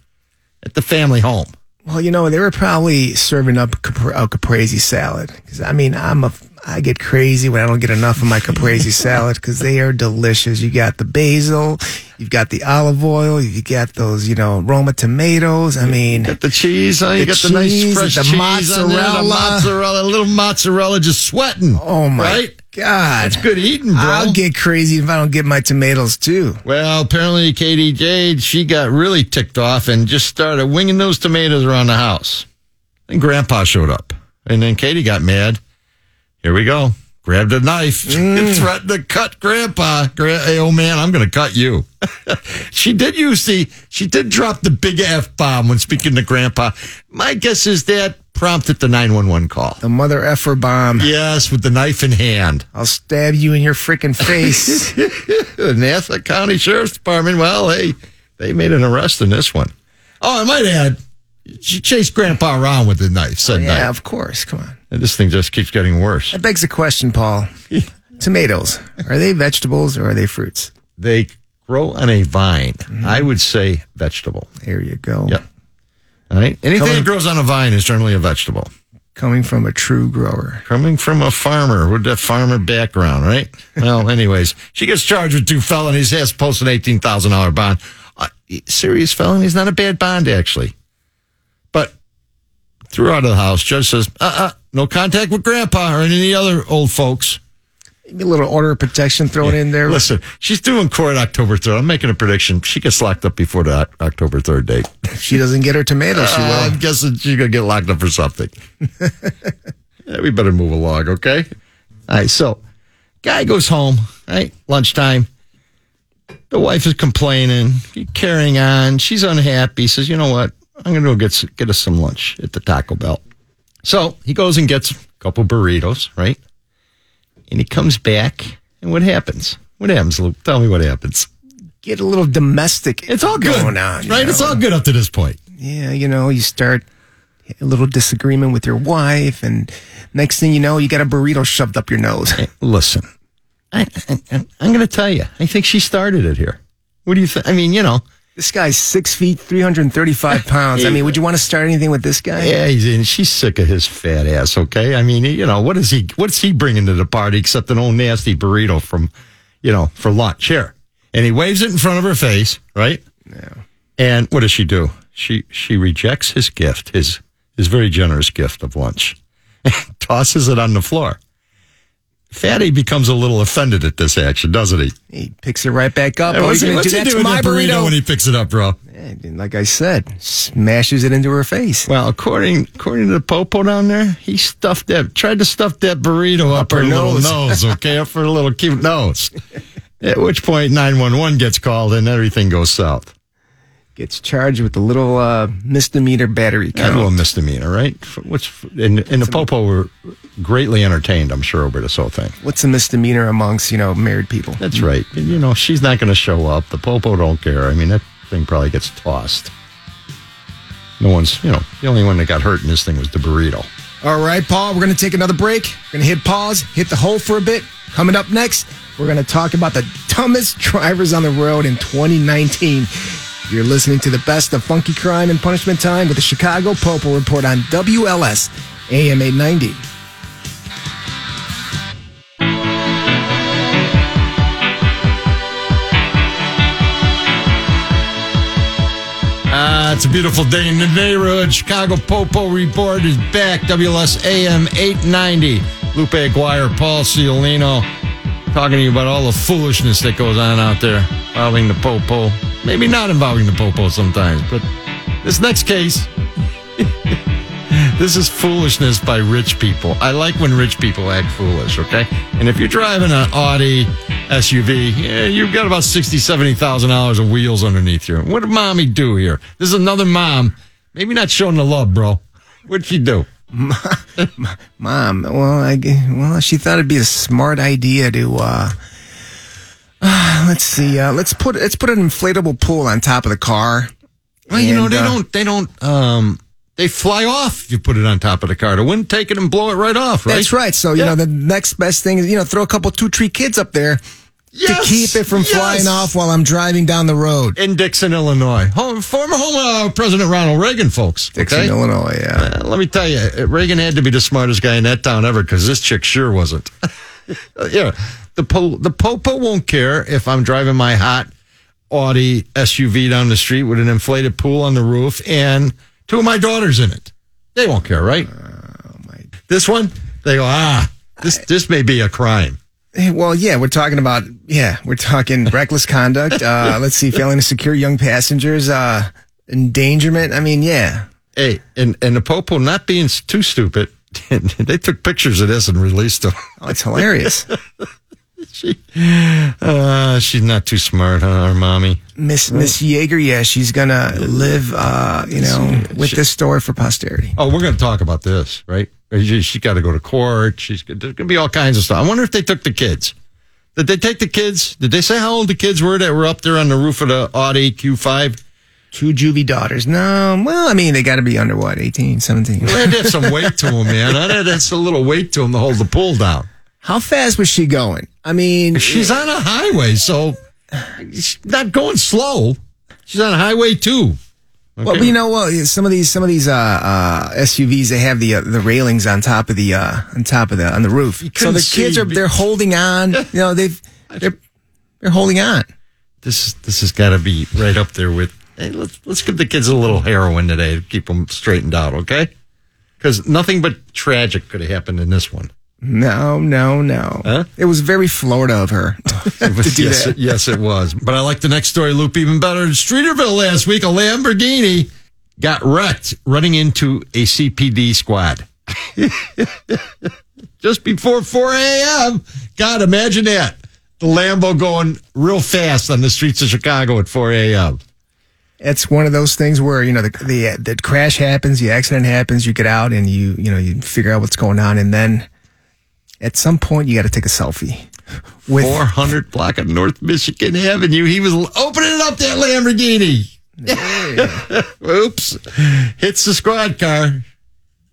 Speaker 3: at the family home.
Speaker 4: Well, you know, they were probably serving up capri- a caprese salad. 'Cause, I mean, I'm a, I get crazy when I don't get enough of my caprese salad because they are delicious. You got the basil, you've got the olive oil, you got those, you know, Roma tomatoes. I mean,
Speaker 3: Got the cheese on. You
Speaker 4: The
Speaker 3: got the nice
Speaker 4: cheese,
Speaker 3: fresh
Speaker 4: the
Speaker 3: cheese on there, the
Speaker 4: mozzarella.
Speaker 3: mozzarella, little mozzarella, just sweating.
Speaker 4: oh my
Speaker 3: Right?
Speaker 4: God.
Speaker 3: That's good eating, bro.
Speaker 4: I'll get crazy if I don't get my tomatoes too.
Speaker 3: well, apparently Katie Jade, she got really ticked off and just started winging those tomatoes around the house. And Grandpa showed up, and then Katie got mad. Here we go. Grabbed a knife and threatened to cut Grandpa. Gra- hey, oh man, I'm going to cut you. she did use the. She did drop the big f bomb when speaking to Grandpa. My guess is that prompted the 911 call.
Speaker 4: The mother effer bomb.
Speaker 3: Yes, with the knife in hand.
Speaker 4: I'll stab you in your freaking face.
Speaker 3: The Nassau County Sheriff's Department, well, hey, they made an arrest in this one. Oh, I might add, she chased Grandpa around with the knife, said
Speaker 4: Oh, yeah,
Speaker 3: knife.
Speaker 4: of course. Come on.
Speaker 3: And this thing just keeps getting worse.
Speaker 4: That begs the question, Paul. tomatoes. Are they vegetables or are they fruits?
Speaker 3: They grow on a vine. I would say vegetable.
Speaker 4: There you go.
Speaker 3: Yep. All right. Anything
Speaker 4: Coming-
Speaker 3: that grows on a vine is generally a vegetable.
Speaker 4: Coming from a true grower.
Speaker 3: Coming from a farmer with a farmer background, right? Well, anyways, she gets charged with two felonies, has to post an eighteen thousand dollar bond. Uh, serious felonies, not a bad bond actually. But threw her out of the house. Judge says, uh, uh no contact with grandpa or any other old folks.
Speaker 4: Maybe a little order of protection thrown in there.
Speaker 3: Listen, she's due in court October third. I'm making a prediction. She gets locked up before the Oc- October third date.
Speaker 4: If she doesn't get her tomatoes, she
Speaker 3: Uh,
Speaker 4: will.
Speaker 3: I'm guessing she's gonna get locked up for something. Yeah, we better move along, okay? All right, so guy goes home, right? Lunchtime. The wife is complaining, carrying on. She's unhappy. Says, "You know what? I'm gonna go get s- get us some lunch at the Taco Bell." So he goes and gets a couple burritos, right? And he comes back, and what happens? What happens, Luke? Tell me what happens.
Speaker 4: Get a little domestic.
Speaker 3: It's all good,
Speaker 4: going on, you
Speaker 3: right? It's
Speaker 4: know?
Speaker 3: all good up to this point.
Speaker 4: Yeah, you know, you start a little disagreement with your wife, and next thing you know, you got a burrito shoved up your nose.
Speaker 3: listen, I, I, I'm going to tell you, I think she started it here. What do you think? I mean, you know,
Speaker 4: This guy's six feet, 335 pounds. I mean, would you want to start anything with this guy?
Speaker 3: yeah, he's in, she's sick of his fat ass. Okay, I mean, you know, what is he? What's he bringing to the party except an old nasty burrito from, you know, for lunch here? And he waves it in front of her face, right? Yeah. And what does she do? She she rejects his gift, his his very generous gift of lunch, tosses it on the floor. Fatty becomes a little offended at this action, doesn't he?
Speaker 4: He picks it right back up.
Speaker 3: Hey,
Speaker 4: oh,
Speaker 3: what's
Speaker 4: he's
Speaker 3: he,
Speaker 4: going to
Speaker 3: what's
Speaker 4: do
Speaker 3: he
Speaker 4: that
Speaker 3: doing
Speaker 4: to
Speaker 3: to
Speaker 4: my
Speaker 3: that burrito
Speaker 4: burrito.
Speaker 3: when he picks it up, bro?
Speaker 4: And like I said, smashes it into her face.
Speaker 3: Well, according according to the popo down there, he stuffed that tried to stuff that burrito up, her, little nose, okay, up her little cute nose. At which point, nine one one gets called and everything goes south.
Speaker 4: Gets charged with a little uh, misdemeanor battery
Speaker 3: Kind of a
Speaker 4: count.
Speaker 3: misdemeanor, right? F- What's f- and, and the popo were greatly entertained, I'm sure, over this whole thing.
Speaker 4: What's a misdemeanor amongst, you know, married people?
Speaker 3: That's right. And, you know, she's not going to show up. The popo don't care. I mean, that thing probably gets tossed. No one's, you know, the only one that got hurt in this thing was the burrito.
Speaker 4: All right, Paul, we're going to take another break. We're going to hit pause, hit the hole for a bit. Coming up next, we're going to talk about the dumbest drivers on the road in 2019. You're listening to the best of funky crime and punishment time with the Chicago Popo Report on WLS AM 890.
Speaker 3: Ah, it's a beautiful day in the neighborhood. Chicago Popo Report is back. WLS AM 890. Lupe Aguirre, Paul Ciolino, talking to you about all the foolishness that goes on out there involving the Popo. Maybe not involving the Popo sometimes, but this next case, this is foolishness by rich people. I like when rich people act foolish, okay? And if you're driving an Audi SUV, yeah, you've got about sixty, seventy thousand dollars of wheels underneath you. What did mommy do here? This is another mom, maybe not showing the love, bro. What'd she do?
Speaker 4: Mom, well, I, g- well, she thought it'd be a smart idea to, uh, let's see, uh, let's put, let's put an inflatable pool on top of the car.
Speaker 3: Well, you know,
Speaker 4: And,
Speaker 3: they
Speaker 4: uh,
Speaker 3: don't, they don't, um, they fly off if you put it on top of the car. The wind take it and blow it right off, right?
Speaker 4: That's right. So, you know, the next best thing is, you know, throw a couple, two, three kids up there,
Speaker 3: Yes,
Speaker 4: to keep it from
Speaker 3: yes.
Speaker 4: flying off while I'm driving down the road.
Speaker 3: in Dixon, Illinois. Home, former home uh, President Ronald Reagan, folks.
Speaker 4: Dixon,
Speaker 3: okay?
Speaker 4: Illinois, yeah.
Speaker 3: Uh, let me tell you, uh, Reagan had to be the smartest guy in that town ever because this chick sure wasn't. yeah, the po- the popo won't care if I'm driving my hot Audi SUV down the street with an inflated pool on the roof and two of my daughters in it. They won't care, right? This one, they go ah. This this may be a crime.
Speaker 4: Hey, Well, yeah, we're talking about yeah, we're talking reckless conduct. Uh, let's see, failing to secure young passengers, uh, endangerment. I mean, yeah,
Speaker 3: Hey, and and the popo not being s- too stupid, they took pictures of this and released them.
Speaker 4: oh, it's hilarious.
Speaker 3: she, uh, she's not too smart, huh, our mommy?
Speaker 4: Miss Miss Yeager, yeah, she's gonna live, uh, you know, with this story for posterity.
Speaker 3: Oh, we're going to talk about this, right? She, has got to go to court. She's there's going to be all kinds of stuff. I wonder if they took the kids. Did they take the kids? Did they say how old the kids were that were up there on the roof of the Audi Q5?
Speaker 4: Two juvie daughters. No, well, I mean, they got to be under what, 18, 17.
Speaker 3: That had some weight to them, man. That that's a little weight to them to hold the pull down.
Speaker 4: How fast was she going? I mean,
Speaker 3: She's on a highway, so she's not going slow. She's on a highway too.
Speaker 4: Well, but you know, well, some of these, some of these uh, uh, SUVs, they have the uh, the railings on top of the uh, on top of the on the roof. So
Speaker 3: couldn't
Speaker 4: the kids
Speaker 3: see
Speaker 4: are
Speaker 3: be-
Speaker 4: they're holding on. You know, they've they're they're holding on.
Speaker 3: This this has got to be right up there with. Hey, let's let's give the kids a little heroin today to keep them straightened out, okay? Because nothing but tragic could have happened in this one.
Speaker 4: No, no, no.
Speaker 3: Huh?
Speaker 4: It was very Florida of her to do
Speaker 3: yes,
Speaker 4: that.
Speaker 3: It, yes, it was. But I like the next story loop even better. In Streeterville last week, a Lamborghini got wrecked running into a CPD squad. Just before 4 a.m. God, imagine that. The Lambo going real fast on the streets of Chicago at 4 a.m.
Speaker 4: It's one of those things where you know the the the crash happens, the accident happens, you get out and you you know you figure out what's going on, and then at some point you got to take a selfie with
Speaker 3: 400 block of North Michigan Avenue. He was opening up that Lamborghini. Oops. Hits the squad car.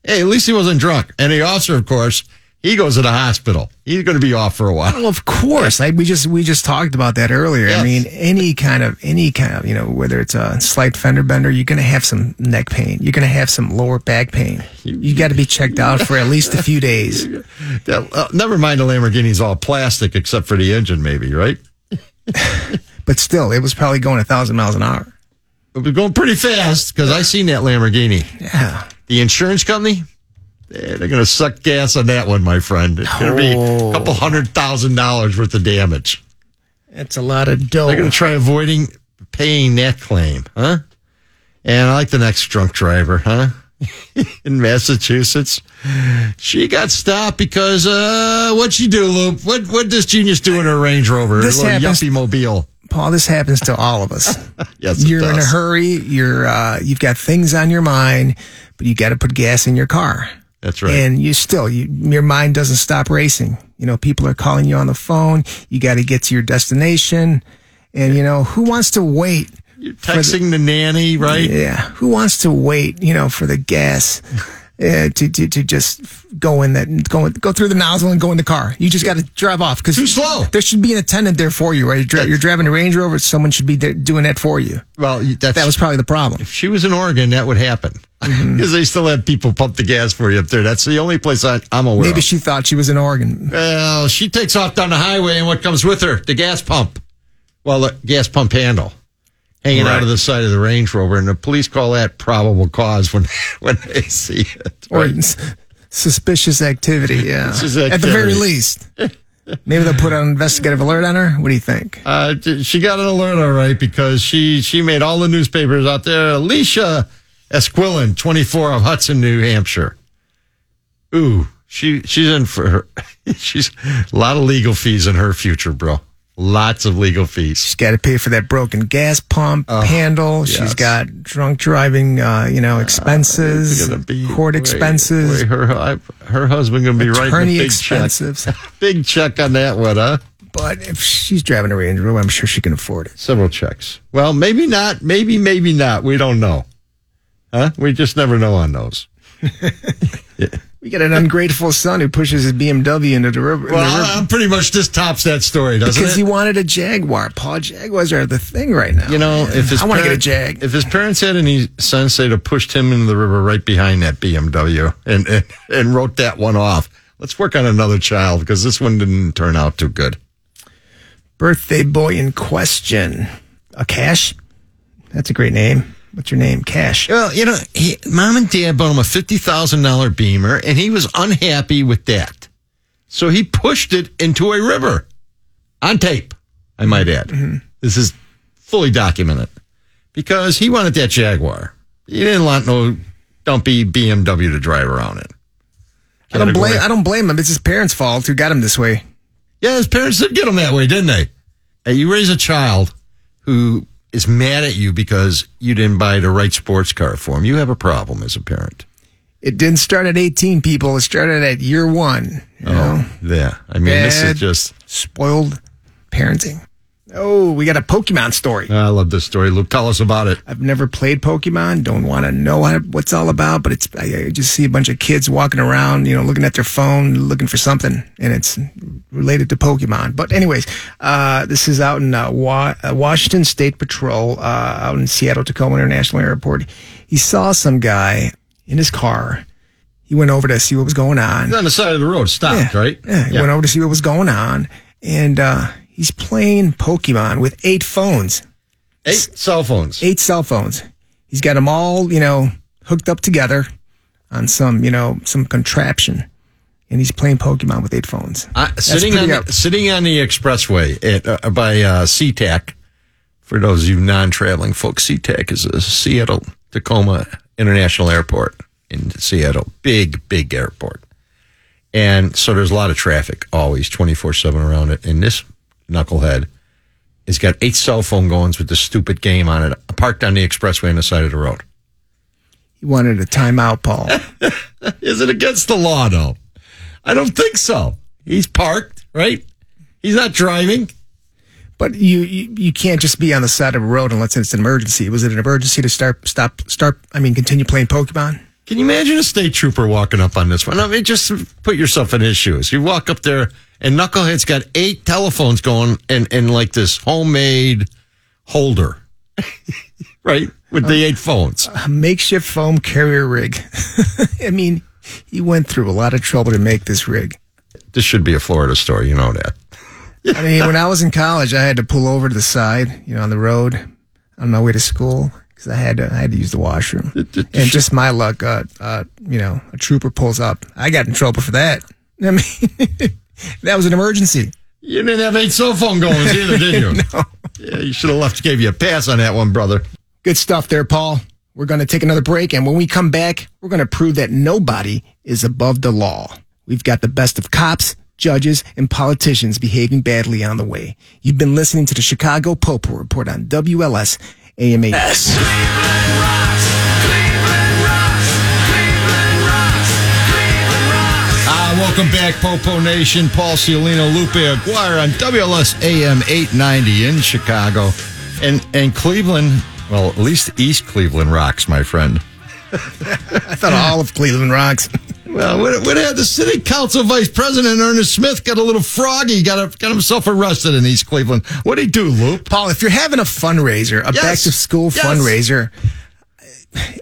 Speaker 3: Hey, at least he wasn't drunk. And the officer, of course, he goes to the hospital. He's going to be off for a while.
Speaker 4: Well, of course. Like we just we just talked about that earlier.
Speaker 3: Yes.
Speaker 4: I mean, any kind of any kind of you know whether it's a slight fender bender, you're gonna have some neck pain. You're gonna have some lower back pain. You got to be checked out for at least a few days.
Speaker 3: That- uh, never mind the Lamborghini's all plastic except for the engine, maybe, right?
Speaker 4: But still, it was probably going a thousand miles an hour.
Speaker 3: It was going pretty fast because I seen that Lamborghini.
Speaker 4: Yeah.
Speaker 3: The insurance company, eh, they're going to suck gas on that one, my friend. It's going to be a couple hundred thousand dollars worth of damage.
Speaker 4: That's a lot of
Speaker 3: They're going
Speaker 4: dough.
Speaker 3: to try avoiding paying that claim, huh? And I like the next drunk driver, huh? In Massachusetts, she got stopped because uh, what'd she do, Loop? What what this genius do in her Range Rover, her
Speaker 4: This
Speaker 3: little
Speaker 4: happens-
Speaker 3: yuppie mobile?
Speaker 4: Paul, this happens to all of us.
Speaker 3: Yes, it
Speaker 4: you're in a
Speaker 3: does.
Speaker 4: hurry. You're uh, you've got things on your mind, but you got to put gas in your car.
Speaker 3: That's right.
Speaker 4: And you still, you, your mind doesn't stop racing. You know, people are calling you on the phone. You got to get to your destination. And you know, who wants to wait?
Speaker 3: You're texting the, nanny, right?
Speaker 4: Yeah. Who wants to wait, you know, for the gas uh, to, to, to just go in that, go, in- go through the nozzle and go in the car. You just got to drive off because
Speaker 3: Too slow.
Speaker 4: There should be an attendant there for you, right? You're, dri- you're driving a Range Rover. Someone should be there doing that for you.
Speaker 3: Well, you- that's,
Speaker 4: That was Mm-hmm. probably the problem.
Speaker 3: if she was in Oregon, that would happen because they still have people pump the gas for you up there. That's the only place I, I'm aware.
Speaker 4: Maybe
Speaker 3: of.
Speaker 4: she thought she was in Oregon.
Speaker 3: Well, she takes off down the highway, and what comes with her? The gas pump. Well, the gas pump handle hanging out of the side of the Range Rover, and the police call that probable cause when when they see it.
Speaker 4: or
Speaker 3: Right?
Speaker 4: s- suspicious activity. Yeah,
Speaker 3: Suspicious
Speaker 4: at the very
Speaker 3: activity.
Speaker 4: least, maybe they'll put an investigative alert on her. What do you think?
Speaker 3: Uh, d- she got an alert, all right, because she she made all the newspapers out there. Alicia Esquillan, 24 of Hudson, New Hampshire. Ooh, she she's in for her. she's a lot of legal fees in her future, bro. Lots of legal fees.
Speaker 4: She's got to pay for that broken gas pump handle.
Speaker 3: Oh, yes.
Speaker 4: She's got drunk driving, uh, you know, expenses,
Speaker 3: gonna be
Speaker 4: court
Speaker 3: wait,
Speaker 4: expenses,
Speaker 3: wait, her I- her husband gonna be writing a
Speaker 4: attorney
Speaker 3: big
Speaker 4: expenses.
Speaker 3: check, big check on that one, huh?
Speaker 4: But if she's driving a Range Rover, I'm sure she can afford it.
Speaker 3: Several checks. Well, maybe not. Maybe maybe not. We don't know, huh? We just never know on those.
Speaker 4: We got an ungrateful son who pushes his BMW into the river. in the river
Speaker 3: Well, I'm pretty much this tops that story, doesn't
Speaker 4: uh, because
Speaker 3: it?
Speaker 4: he wanted a Jaguar. Paul Jaguars are the thing right now.
Speaker 3: you know, if his
Speaker 4: I want to get a
Speaker 3: parent-
Speaker 4: Jag.
Speaker 3: If his parents had any sense, they'd have pushed him into the river right behind that BMW and and, and wrote that one off. Let's work on another child because this one didn't turn out too good.
Speaker 4: Birthday boy in question. A Cash? That's a great name. What's your name? Cash.
Speaker 3: Well, you know, he, mom and dad bought him a fifty thousand dollar Beamer, and he was unhappy with that, so he pushed it into a river on tape. I might add,
Speaker 4: Mm-hmm.
Speaker 3: this is fully documented because he wanted that Jaguar. He didn't want no dumpy BMW to drive around in.
Speaker 4: I don't blame. I don't blame him. It's his parents' fault who got him this way.
Speaker 3: Yeah, his parents did get him that way, didn't they? Hey, you raise a child who is mad at you because you didn't buy the right sports car for him. You have a problem as a parent.
Speaker 4: It didn't start at 18 people. It started at year one.
Speaker 3: Oh.
Speaker 4: You know,
Speaker 3: Yeah. I mean, this
Speaker 4: Bad.
Speaker 3: is just.
Speaker 4: spoiled parenting. Oh, we got a Pokemon story.
Speaker 3: I love this story, Luke. Tell us about it.
Speaker 4: I've never played Pokemon. Don't want to know how, what's all about. But it's I, I just see a bunch of kids walking around, you know, looking at their phone, looking for something, and it's related to Pokemon. But anyways, uh, this is out in uh, Wa- uh, Washington State Patrol uh, out in Seattle Tacoma International Airport. He saw some guy in his car. He went over to see what was going on.
Speaker 3: He's on the side of the road, stopped,
Speaker 4: Yeah.
Speaker 3: right?
Speaker 4: Yeah, he went over to see what was going on, and uh, he's playing Pokemon with eight phones,
Speaker 3: Eight cell phones.
Speaker 4: eight cell phones. He's got them all, you know, hooked up together on some, you know, some contraption, and he's playing Pokemon with eight phones.
Speaker 3: I, Uh, sitting on
Speaker 4: pretty
Speaker 3: the,
Speaker 4: up.
Speaker 3: sitting on the expressway at uh, by uh, SeaTac. For those of you non-traveling folks, SeaTac is a Seattle Tacoma International Airport in Seattle, big big airport, and so there's a lot of traffic always, twenty four seven around it. And this knucklehead has got eight cell phone goings with this stupid game on it, parked on the expressway on the side of the road.
Speaker 4: He wanted a timeout, Paul.
Speaker 3: Is it against the law, though? I don't think so. He's parked, right? He's not driving.
Speaker 4: but you, you you can't just be on the side of a road unless it's an emergency. Was it an emergency to start stop start? I mean, continue playing Pokemon.
Speaker 3: Can you imagine a state trooper walking up on this one? I mean, just put yourself in his shoes. You walk up there, and Knucklehead's got eight telephones going and, and like this homemade holder, right? With the eight phones.
Speaker 4: a makeshift foam carrier rig. I mean, he went through a lot of trouble to make this rig.
Speaker 3: This should be a Florida story. You know that.
Speaker 4: I mean, when I was in college, I had to pull over to the side, you know, on the road on my way to school because I had to I had to use the washroom. and just my luck, uh, uh, you know, a trooper pulls up. I got in trouble for that. I mean, that was an emergency.
Speaker 3: You didn't have eight cell phone goings either, did you? no. Yeah, you should have left. Gave you a pass on that one, brother.
Speaker 4: Good stuff there, Paul. We're going to take another break, and when we come back, we're going to prove that nobody is above the law. We've got the best of cops, judges, and politicians behaving badly on the way. You've been listening to the Chicago Popo Report on WLS AM 8.
Speaker 2: S.
Speaker 3: Ah, welcome back, Popo Nation. Paul Ciolino, Lupe Aguirre on WLS AM 890 in Chicago. And and Cleveland, well, at least East Cleveland rocks, my friend.
Speaker 4: I thought all of Cleveland rocks.
Speaker 3: Well, what, what had the city council vice president Ernest Smith got a little froggy, got a, got himself arrested in East Cleveland. What'd he do, Lupe?
Speaker 4: Paul, if you're having a fundraiser, a
Speaker 3: Yes.
Speaker 4: back to school
Speaker 3: Yes.
Speaker 4: fundraiser,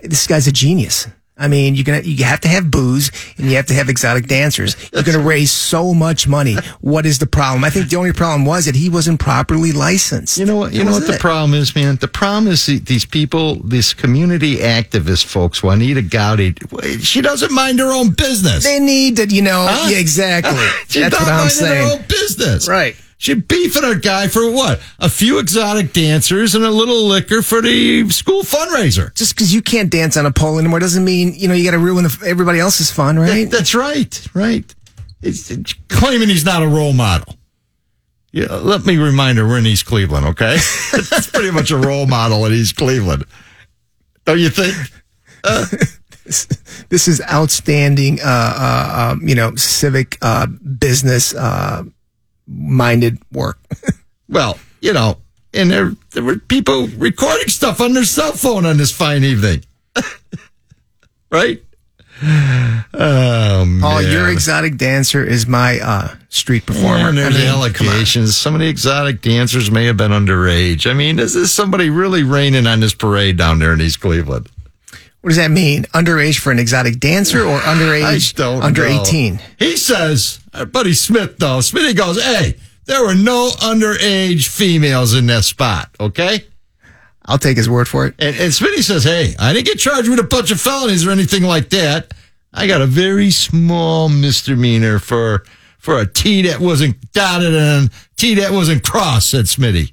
Speaker 4: this guy's a genius. I mean, you're gonna you have to have booze and you have to have exotic dancers. You're gonna raise so much money. What is the problem? I think the only problem was that he wasn't properly licensed.
Speaker 3: You know what? You know what the problem is, man. The problem is the- these people, these community activist folks. Juanita Gowdy, she doesn't mind her own business.
Speaker 4: They need to, you know,
Speaker 3: Huh?
Speaker 4: yeah, exactly.
Speaker 3: She's
Speaker 4: That's
Speaker 3: not
Speaker 4: what I'm
Speaker 3: minding her
Speaker 4: saying.
Speaker 3: own business.
Speaker 4: Right.
Speaker 3: She beefing her guy for what? A few exotic dancers and a little liquor for the school fundraiser.
Speaker 4: Just because you can't dance on a pole anymore doesn't mean you know you got to ruin the, everybody else's fun, right?
Speaker 3: That's right. Right. It's, it's claiming he's not a role model. Yeah, let me remind her we're in East Cleveland, okay? That's pretty much a role model in East Cleveland. Don't you think?
Speaker 4: this is outstanding, uh, uh, um, you know, civic uh, business uh, minded work.
Speaker 3: Well, you know, and there there were people recording stuff on their cell phone on this fine evening, right? Oh, man.
Speaker 4: Paul, your exotic dancer is my uh, street performer.
Speaker 3: And there's
Speaker 4: I mean, come on.
Speaker 3: allegations. Some of the exotic dancers may have been underage. I mean, is this somebody really raining on this parade down there in East Cleveland?
Speaker 4: What does that mean? Underage for an exotic dancer or underage
Speaker 3: I don't
Speaker 4: under
Speaker 3: know.
Speaker 4: 18?
Speaker 3: He says, our buddy Smith though. Smithy goes, "Hey, there were no underage females in that spot." Okay,
Speaker 4: I'll take his word for it.
Speaker 3: and, and Smitty says, "Hey, I didn't get charged with a bunch of felonies or anything like that. I got a very small misdemeanor for for a T that wasn't dotted and a T that wasn't crossed." Said Smitty.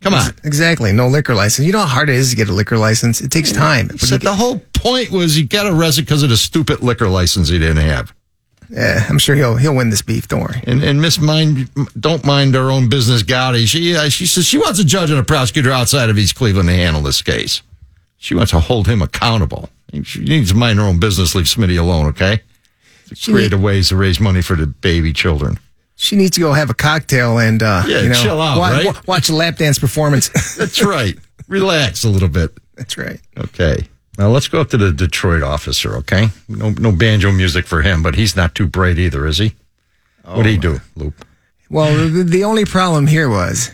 Speaker 3: Come on.
Speaker 4: Exactly. No liquor license. You know how hard it is to get a liquor license? It takes time. But
Speaker 3: Said the whole point was he got arrested because of the stupid liquor license he didn't have.
Speaker 4: yeah, I'm sure he'll he'll win this beef. Don't worry.
Speaker 3: and and Miss Mind don't mind her own business, Gowdy. She uh, she says she wants a judge and a prosecutor outside of East Cleveland to handle this case. She wants to hold him accountable. She needs to mind her own business. Leave Smitty alone, okay? Creative ways to raise money for the baby children.
Speaker 4: She needs to go have a cocktail and uh,
Speaker 3: Yeah,
Speaker 4: you know,
Speaker 3: chill out,
Speaker 4: wa-
Speaker 3: right?
Speaker 4: wa- watch a lap dance performance.
Speaker 3: That's right. Relax a little bit.
Speaker 4: That's right.
Speaker 3: Okay. Now let's go up to the Detroit officer, okay? No no banjo music for him, but he's not too bright either, is he? what do he do, Loop?
Speaker 4: Well, the, the only problem here was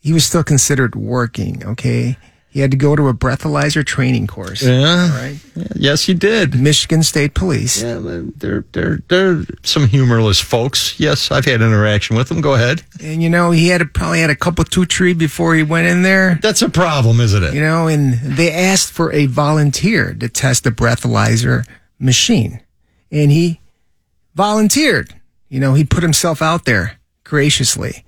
Speaker 4: he was still considered working. Okay, he had to go to a breathalyzer training course.
Speaker 3: Yeah.
Speaker 4: Right.
Speaker 3: Yes, he did.
Speaker 4: Michigan State Police.
Speaker 3: Yeah, they're they're they're some humorless folks. Yes, I've had interaction with them. Go ahead.
Speaker 4: And you know, he had a, probably had a couple two tree before he went in there.
Speaker 3: That's a problem, isn't it?
Speaker 4: You know, and they asked for a volunteer to test the breathalyzer machine. And he volunteered. You know, he put himself out there graciously.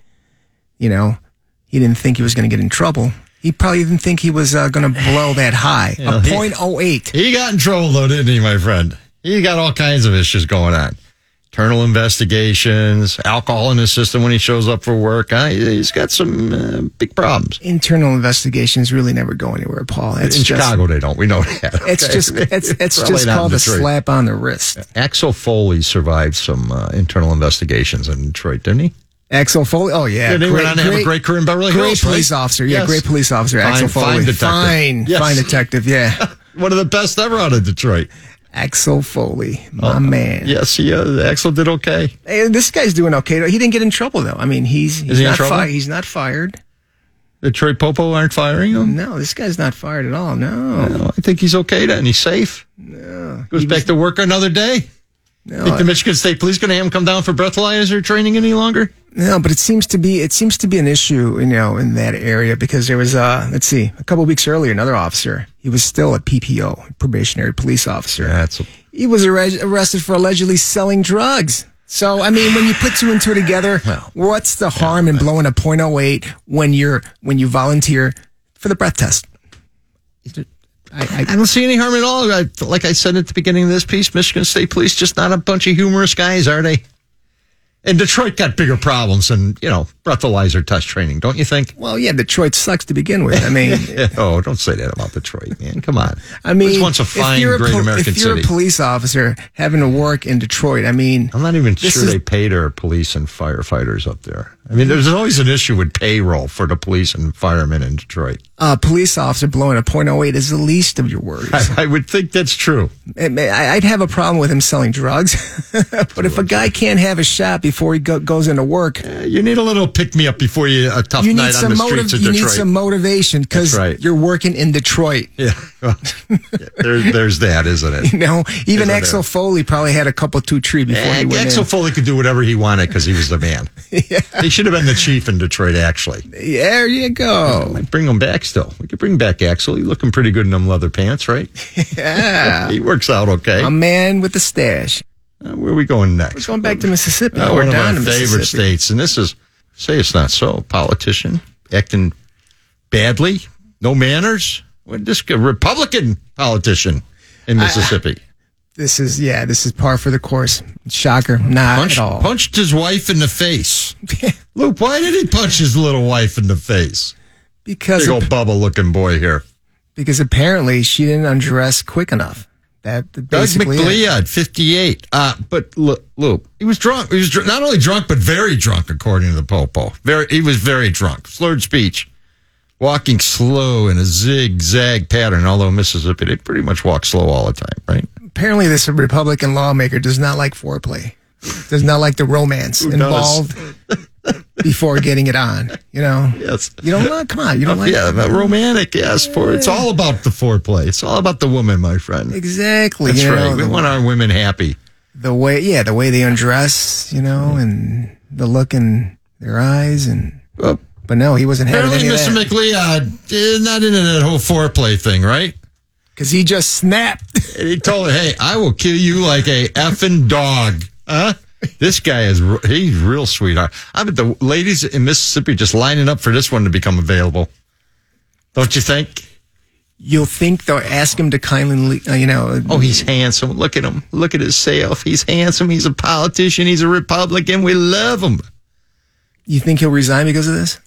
Speaker 4: You know, he didn't think he was going to get in trouble. He probably didn't think he was uh, going to blow that high.
Speaker 3: know,
Speaker 4: a
Speaker 3: he-
Speaker 4: point oh eight.
Speaker 3: He got in trouble though, didn't he, my friend? He got all kinds of issues going on. Internal investigations, alcohol in his system when he shows up for work. Huh? He's got some uh, big problems.
Speaker 4: Internal investigations really never go anywhere, Paul. It's
Speaker 3: in
Speaker 4: just,
Speaker 3: Chicago, they don't. We know that.
Speaker 4: It's
Speaker 3: okay?
Speaker 4: just it's, it's
Speaker 3: Probably
Speaker 4: just
Speaker 3: not in
Speaker 4: called a
Speaker 3: Detroit.
Speaker 4: slap on the wrist.
Speaker 3: Axel Foley survived some uh, internal investigations in Detroit, didn't he?
Speaker 4: Axel Foley. Oh yeah,
Speaker 3: Yeah, they went on to have a great career in Beverly
Speaker 4: great
Speaker 3: Hills, right?
Speaker 4: police officer. Yeah,
Speaker 3: Yes.
Speaker 4: great police officer.
Speaker 3: Fine-
Speaker 4: Axel
Speaker 3: fine
Speaker 4: Foley.
Speaker 3: detective.
Speaker 4: Fine,
Speaker 3: Yes.
Speaker 4: fine detective. Yeah,
Speaker 3: One of the best ever out of Detroit.
Speaker 4: Axel Foley,
Speaker 3: Oh,
Speaker 4: my man.
Speaker 3: Yes, he uh, Axel did okay.
Speaker 4: Hey, this guy's doing okay. He didn't get in trouble though. I mean, he's he's
Speaker 3: he in
Speaker 4: not
Speaker 3: trouble?
Speaker 4: fired. He's not fired.
Speaker 3: Detroit Popo aren't firing him.
Speaker 4: No, this guy's not fired at all. No,
Speaker 3: No, I think he's okay then. He's safe. Goes back to work another day.
Speaker 4: no,
Speaker 3: Think the Michigan State police going to have him come down for breathalyzer training any longer?
Speaker 4: no. But it seems to be it seems to be an issue, you know, in that area because there was uh let's see, a couple weeks earlier, another officer. He was still a PPO, probationary police officer.
Speaker 3: That's a,
Speaker 4: he was arre- arrested for allegedly selling drugs. So, I mean, when you put two and two together,
Speaker 3: Well,
Speaker 4: what's the harm in blowing a .08 when you're when you volunteer for the breath test? I,
Speaker 3: I don't see any harm at all. I, like I said at the beginning of this piece, Michigan State police just not a bunch of humorous guys, are they? And Detroit got bigger problems than you know breathalyzer test training, don't you think?
Speaker 4: I, well, yeah, Detroit sucks to begin with. I mean,
Speaker 3: Oh, don't say that about Detroit, man. Come on.
Speaker 4: I mean,
Speaker 3: Which one's a fine,
Speaker 4: if you're
Speaker 3: great
Speaker 4: pol-
Speaker 3: American
Speaker 4: if you're
Speaker 3: city?
Speaker 4: a police officer having to work in Detroit, I mean,
Speaker 3: I'm not even
Speaker 4: This
Speaker 3: sure
Speaker 4: is-
Speaker 3: they pay their police and firefighters up there. I mean, there's always an issue with payroll for the police and firemen in Detroit.
Speaker 4: a police officer blowing a .08 is the least of your worries.
Speaker 3: I, I would think that's true.
Speaker 4: I mean, I- I'd have a problem with him selling drugs, but if a guy can't have a shot before he go- goes into work,
Speaker 3: Uh, You need a little pick me up before you a tough
Speaker 4: you need
Speaker 3: night on the
Speaker 4: some motive,
Speaker 3: streets of
Speaker 4: you
Speaker 3: Detroit.
Speaker 4: need some motivation because
Speaker 3: That's right.
Speaker 4: you're working in Detroit.
Speaker 3: yeah, well, yeah, there, there's that, isn't it?
Speaker 4: You know, even
Speaker 3: Isn't there?
Speaker 4: Axel Foley probably had a couple two tree before he
Speaker 3: And
Speaker 4: went
Speaker 3: Axel Foley could do whatever he wanted because he was the man. He should have been the chief in Detroit, actually.
Speaker 4: in. There you go.
Speaker 3: Bring him back still. We could bring back Axel. He's looking pretty good in them leather pants, right?
Speaker 4: Yeah,
Speaker 3: He works out okay.
Speaker 4: a man with a stash.
Speaker 3: Uh, where are we going next?
Speaker 4: It's going back to Mississippi.
Speaker 3: Uh,
Speaker 4: or
Speaker 3: one of
Speaker 4: down
Speaker 3: our
Speaker 4: to
Speaker 3: favorite
Speaker 4: Mississippi.
Speaker 3: states, and this is say it's not so. Politician acting badly, no manners. What this guy- Republican politician in Mississippi
Speaker 4: This is yeah, this is par for the course. Shocker, not
Speaker 3: punched,
Speaker 4: at all.
Speaker 3: punched his wife in the face. Luke, why did he punch his little wife in the face?
Speaker 4: because
Speaker 3: Big old
Speaker 4: ap-
Speaker 3: bubble looking boy here.
Speaker 4: because apparently she didn't undress quick enough. That that
Speaker 3: Doug
Speaker 4: basically it.
Speaker 3: McLeod, 58. Uh, but look, Luke, he was drunk. He was dr- not only drunk, but very drunk, according to the Popo. Very, he was very drunk. Slurred speech. Walking slow in a zigzag pattern, although Mississippi, they pretty much walk slow all the time, right?
Speaker 4: apparently this Republican lawmaker does not like foreplay, does not like the romance involved before getting it on. You know,
Speaker 3: Yes.
Speaker 4: you don't like. Come on, you don't like.
Speaker 3: Yeah, but romantic. Yes, for it's all about the foreplay. It's all about the woman, my friend.
Speaker 4: Exactly.
Speaker 3: That's
Speaker 4: you know,
Speaker 3: right. We
Speaker 4: the-
Speaker 3: want our women happy.
Speaker 4: the way yeah the way they undress you know and the look in their eyes and
Speaker 3: Well,
Speaker 4: but no he wasn't having
Speaker 3: apparently,
Speaker 4: any
Speaker 3: Mr.
Speaker 4: of
Speaker 3: McLeod is eh, not into that whole foreplay thing, right?
Speaker 4: because he just snapped
Speaker 3: And he told her, "Hey, I will kill you like a effing dog." Huh? This guy is r- he's real sweetheart. I bet the ladies in Mississippi just lining up for this one to become available. Don't you think?
Speaker 4: you'll think they'll ask him to kindly le- uh, you know
Speaker 3: Oh, he's handsome. Look at him. Look at his self. He's handsome. He's a politician. He's a Republican. We love him.
Speaker 4: you think he'll resign because of this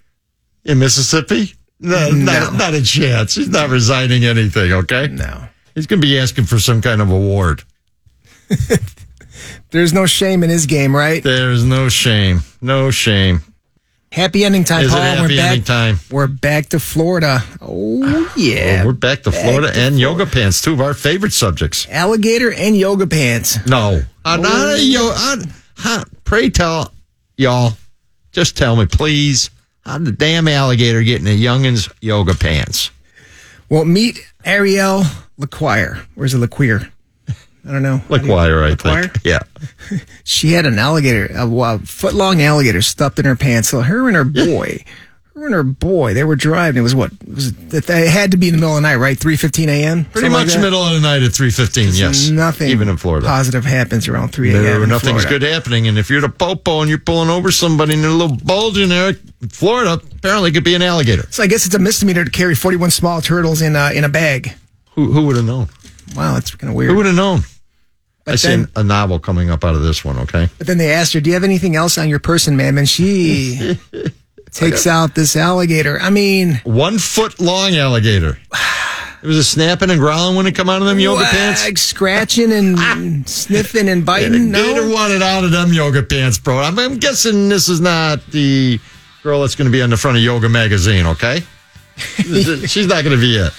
Speaker 3: In Mississippi? No, Not, not a chance. He's not resigning anything, okay?
Speaker 4: no
Speaker 3: He's going to be asking for some kind of award.
Speaker 4: there's no shame in his game right
Speaker 3: There's no shame. No shame.
Speaker 4: happy ending time
Speaker 3: Is it
Speaker 4: Paul. we're
Speaker 3: happy
Speaker 4: back
Speaker 3: ending time?
Speaker 4: we're back to Florida oh yeah
Speaker 3: We're back to Florida and yoga pants, two of our favorite subjects.
Speaker 4: alligator and yoga pants
Speaker 3: No. Uh, not a yo- uh, huh, pray tell, y'all, just tell me, please, how did the damn alligator get in a youngin's yoga pants?
Speaker 4: well meet Ariel LaQuire where's the LaQuire I don't know
Speaker 3: Like wire, I
Speaker 4: Wire?
Speaker 3: think. Yeah.
Speaker 4: she had an alligator, a, a foot long alligator stuffed in her pants. So her and her boy, her and her boy, they were driving. It was what? It, was, it had to be in the middle of the night, right? 3.15 a.m.?
Speaker 3: Pretty
Speaker 4: Something like
Speaker 3: much
Speaker 4: that?
Speaker 3: middle of the night at 3.15, yes.
Speaker 4: Nothing
Speaker 3: Even in Florida.
Speaker 4: positive happens around 3 a.m.
Speaker 3: There,
Speaker 4: in
Speaker 3: nothing's
Speaker 4: Florida.
Speaker 3: good happening. And if you're the popo and you're pulling over somebody and there's a little bulge in there, Florida apparently could be an alligator.
Speaker 4: So I guess it's a misdemeanor to carry 41 small turtles in a, in a bag.
Speaker 3: Who, who would have known?
Speaker 4: Wow, that's kind of
Speaker 3: Who
Speaker 4: weird.
Speaker 3: would have known? I
Speaker 4: But
Speaker 3: see
Speaker 4: then,
Speaker 3: a novel coming up out of this one. Okay.
Speaker 4: but then they asked her, "Do you have anything else on your person, ma'am?" And she takes out this alligator. I mean,
Speaker 3: One foot long alligator. It was a snapping and growling when it come out of them yoga pants.
Speaker 4: wag, scratching and sniffing and biting.
Speaker 3: The
Speaker 4: no,
Speaker 3: gator wanted out of them yoga pants, bro. I'm, I'm guessing this is not the girl that's going to be on the front of Yoga Magazine, okay? she's not going to be it.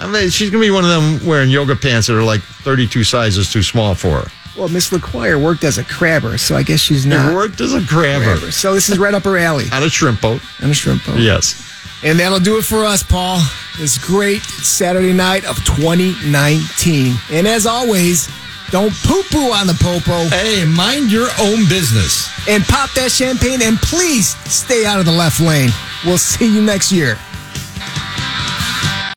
Speaker 3: I mean, she's going to be one of them wearing yoga pants that are like 32 sizes too small for her.
Speaker 4: Well, Miss LaQuire worked as a crabber, so I guess she's
Speaker 3: It
Speaker 4: not.
Speaker 3: worked as a grabber
Speaker 4: crabber. So this is right up her alley.
Speaker 3: on a shrimp boat.
Speaker 4: I'm a shrimp boat.
Speaker 3: Yes.
Speaker 4: And that'll do it for us, Paul. This great Saturday night of 2019. And as always, don't poo-poo on the popo
Speaker 3: Hey, mind your own business.
Speaker 4: and pop that champagne and please stay out of the left lane. We'll see you next year.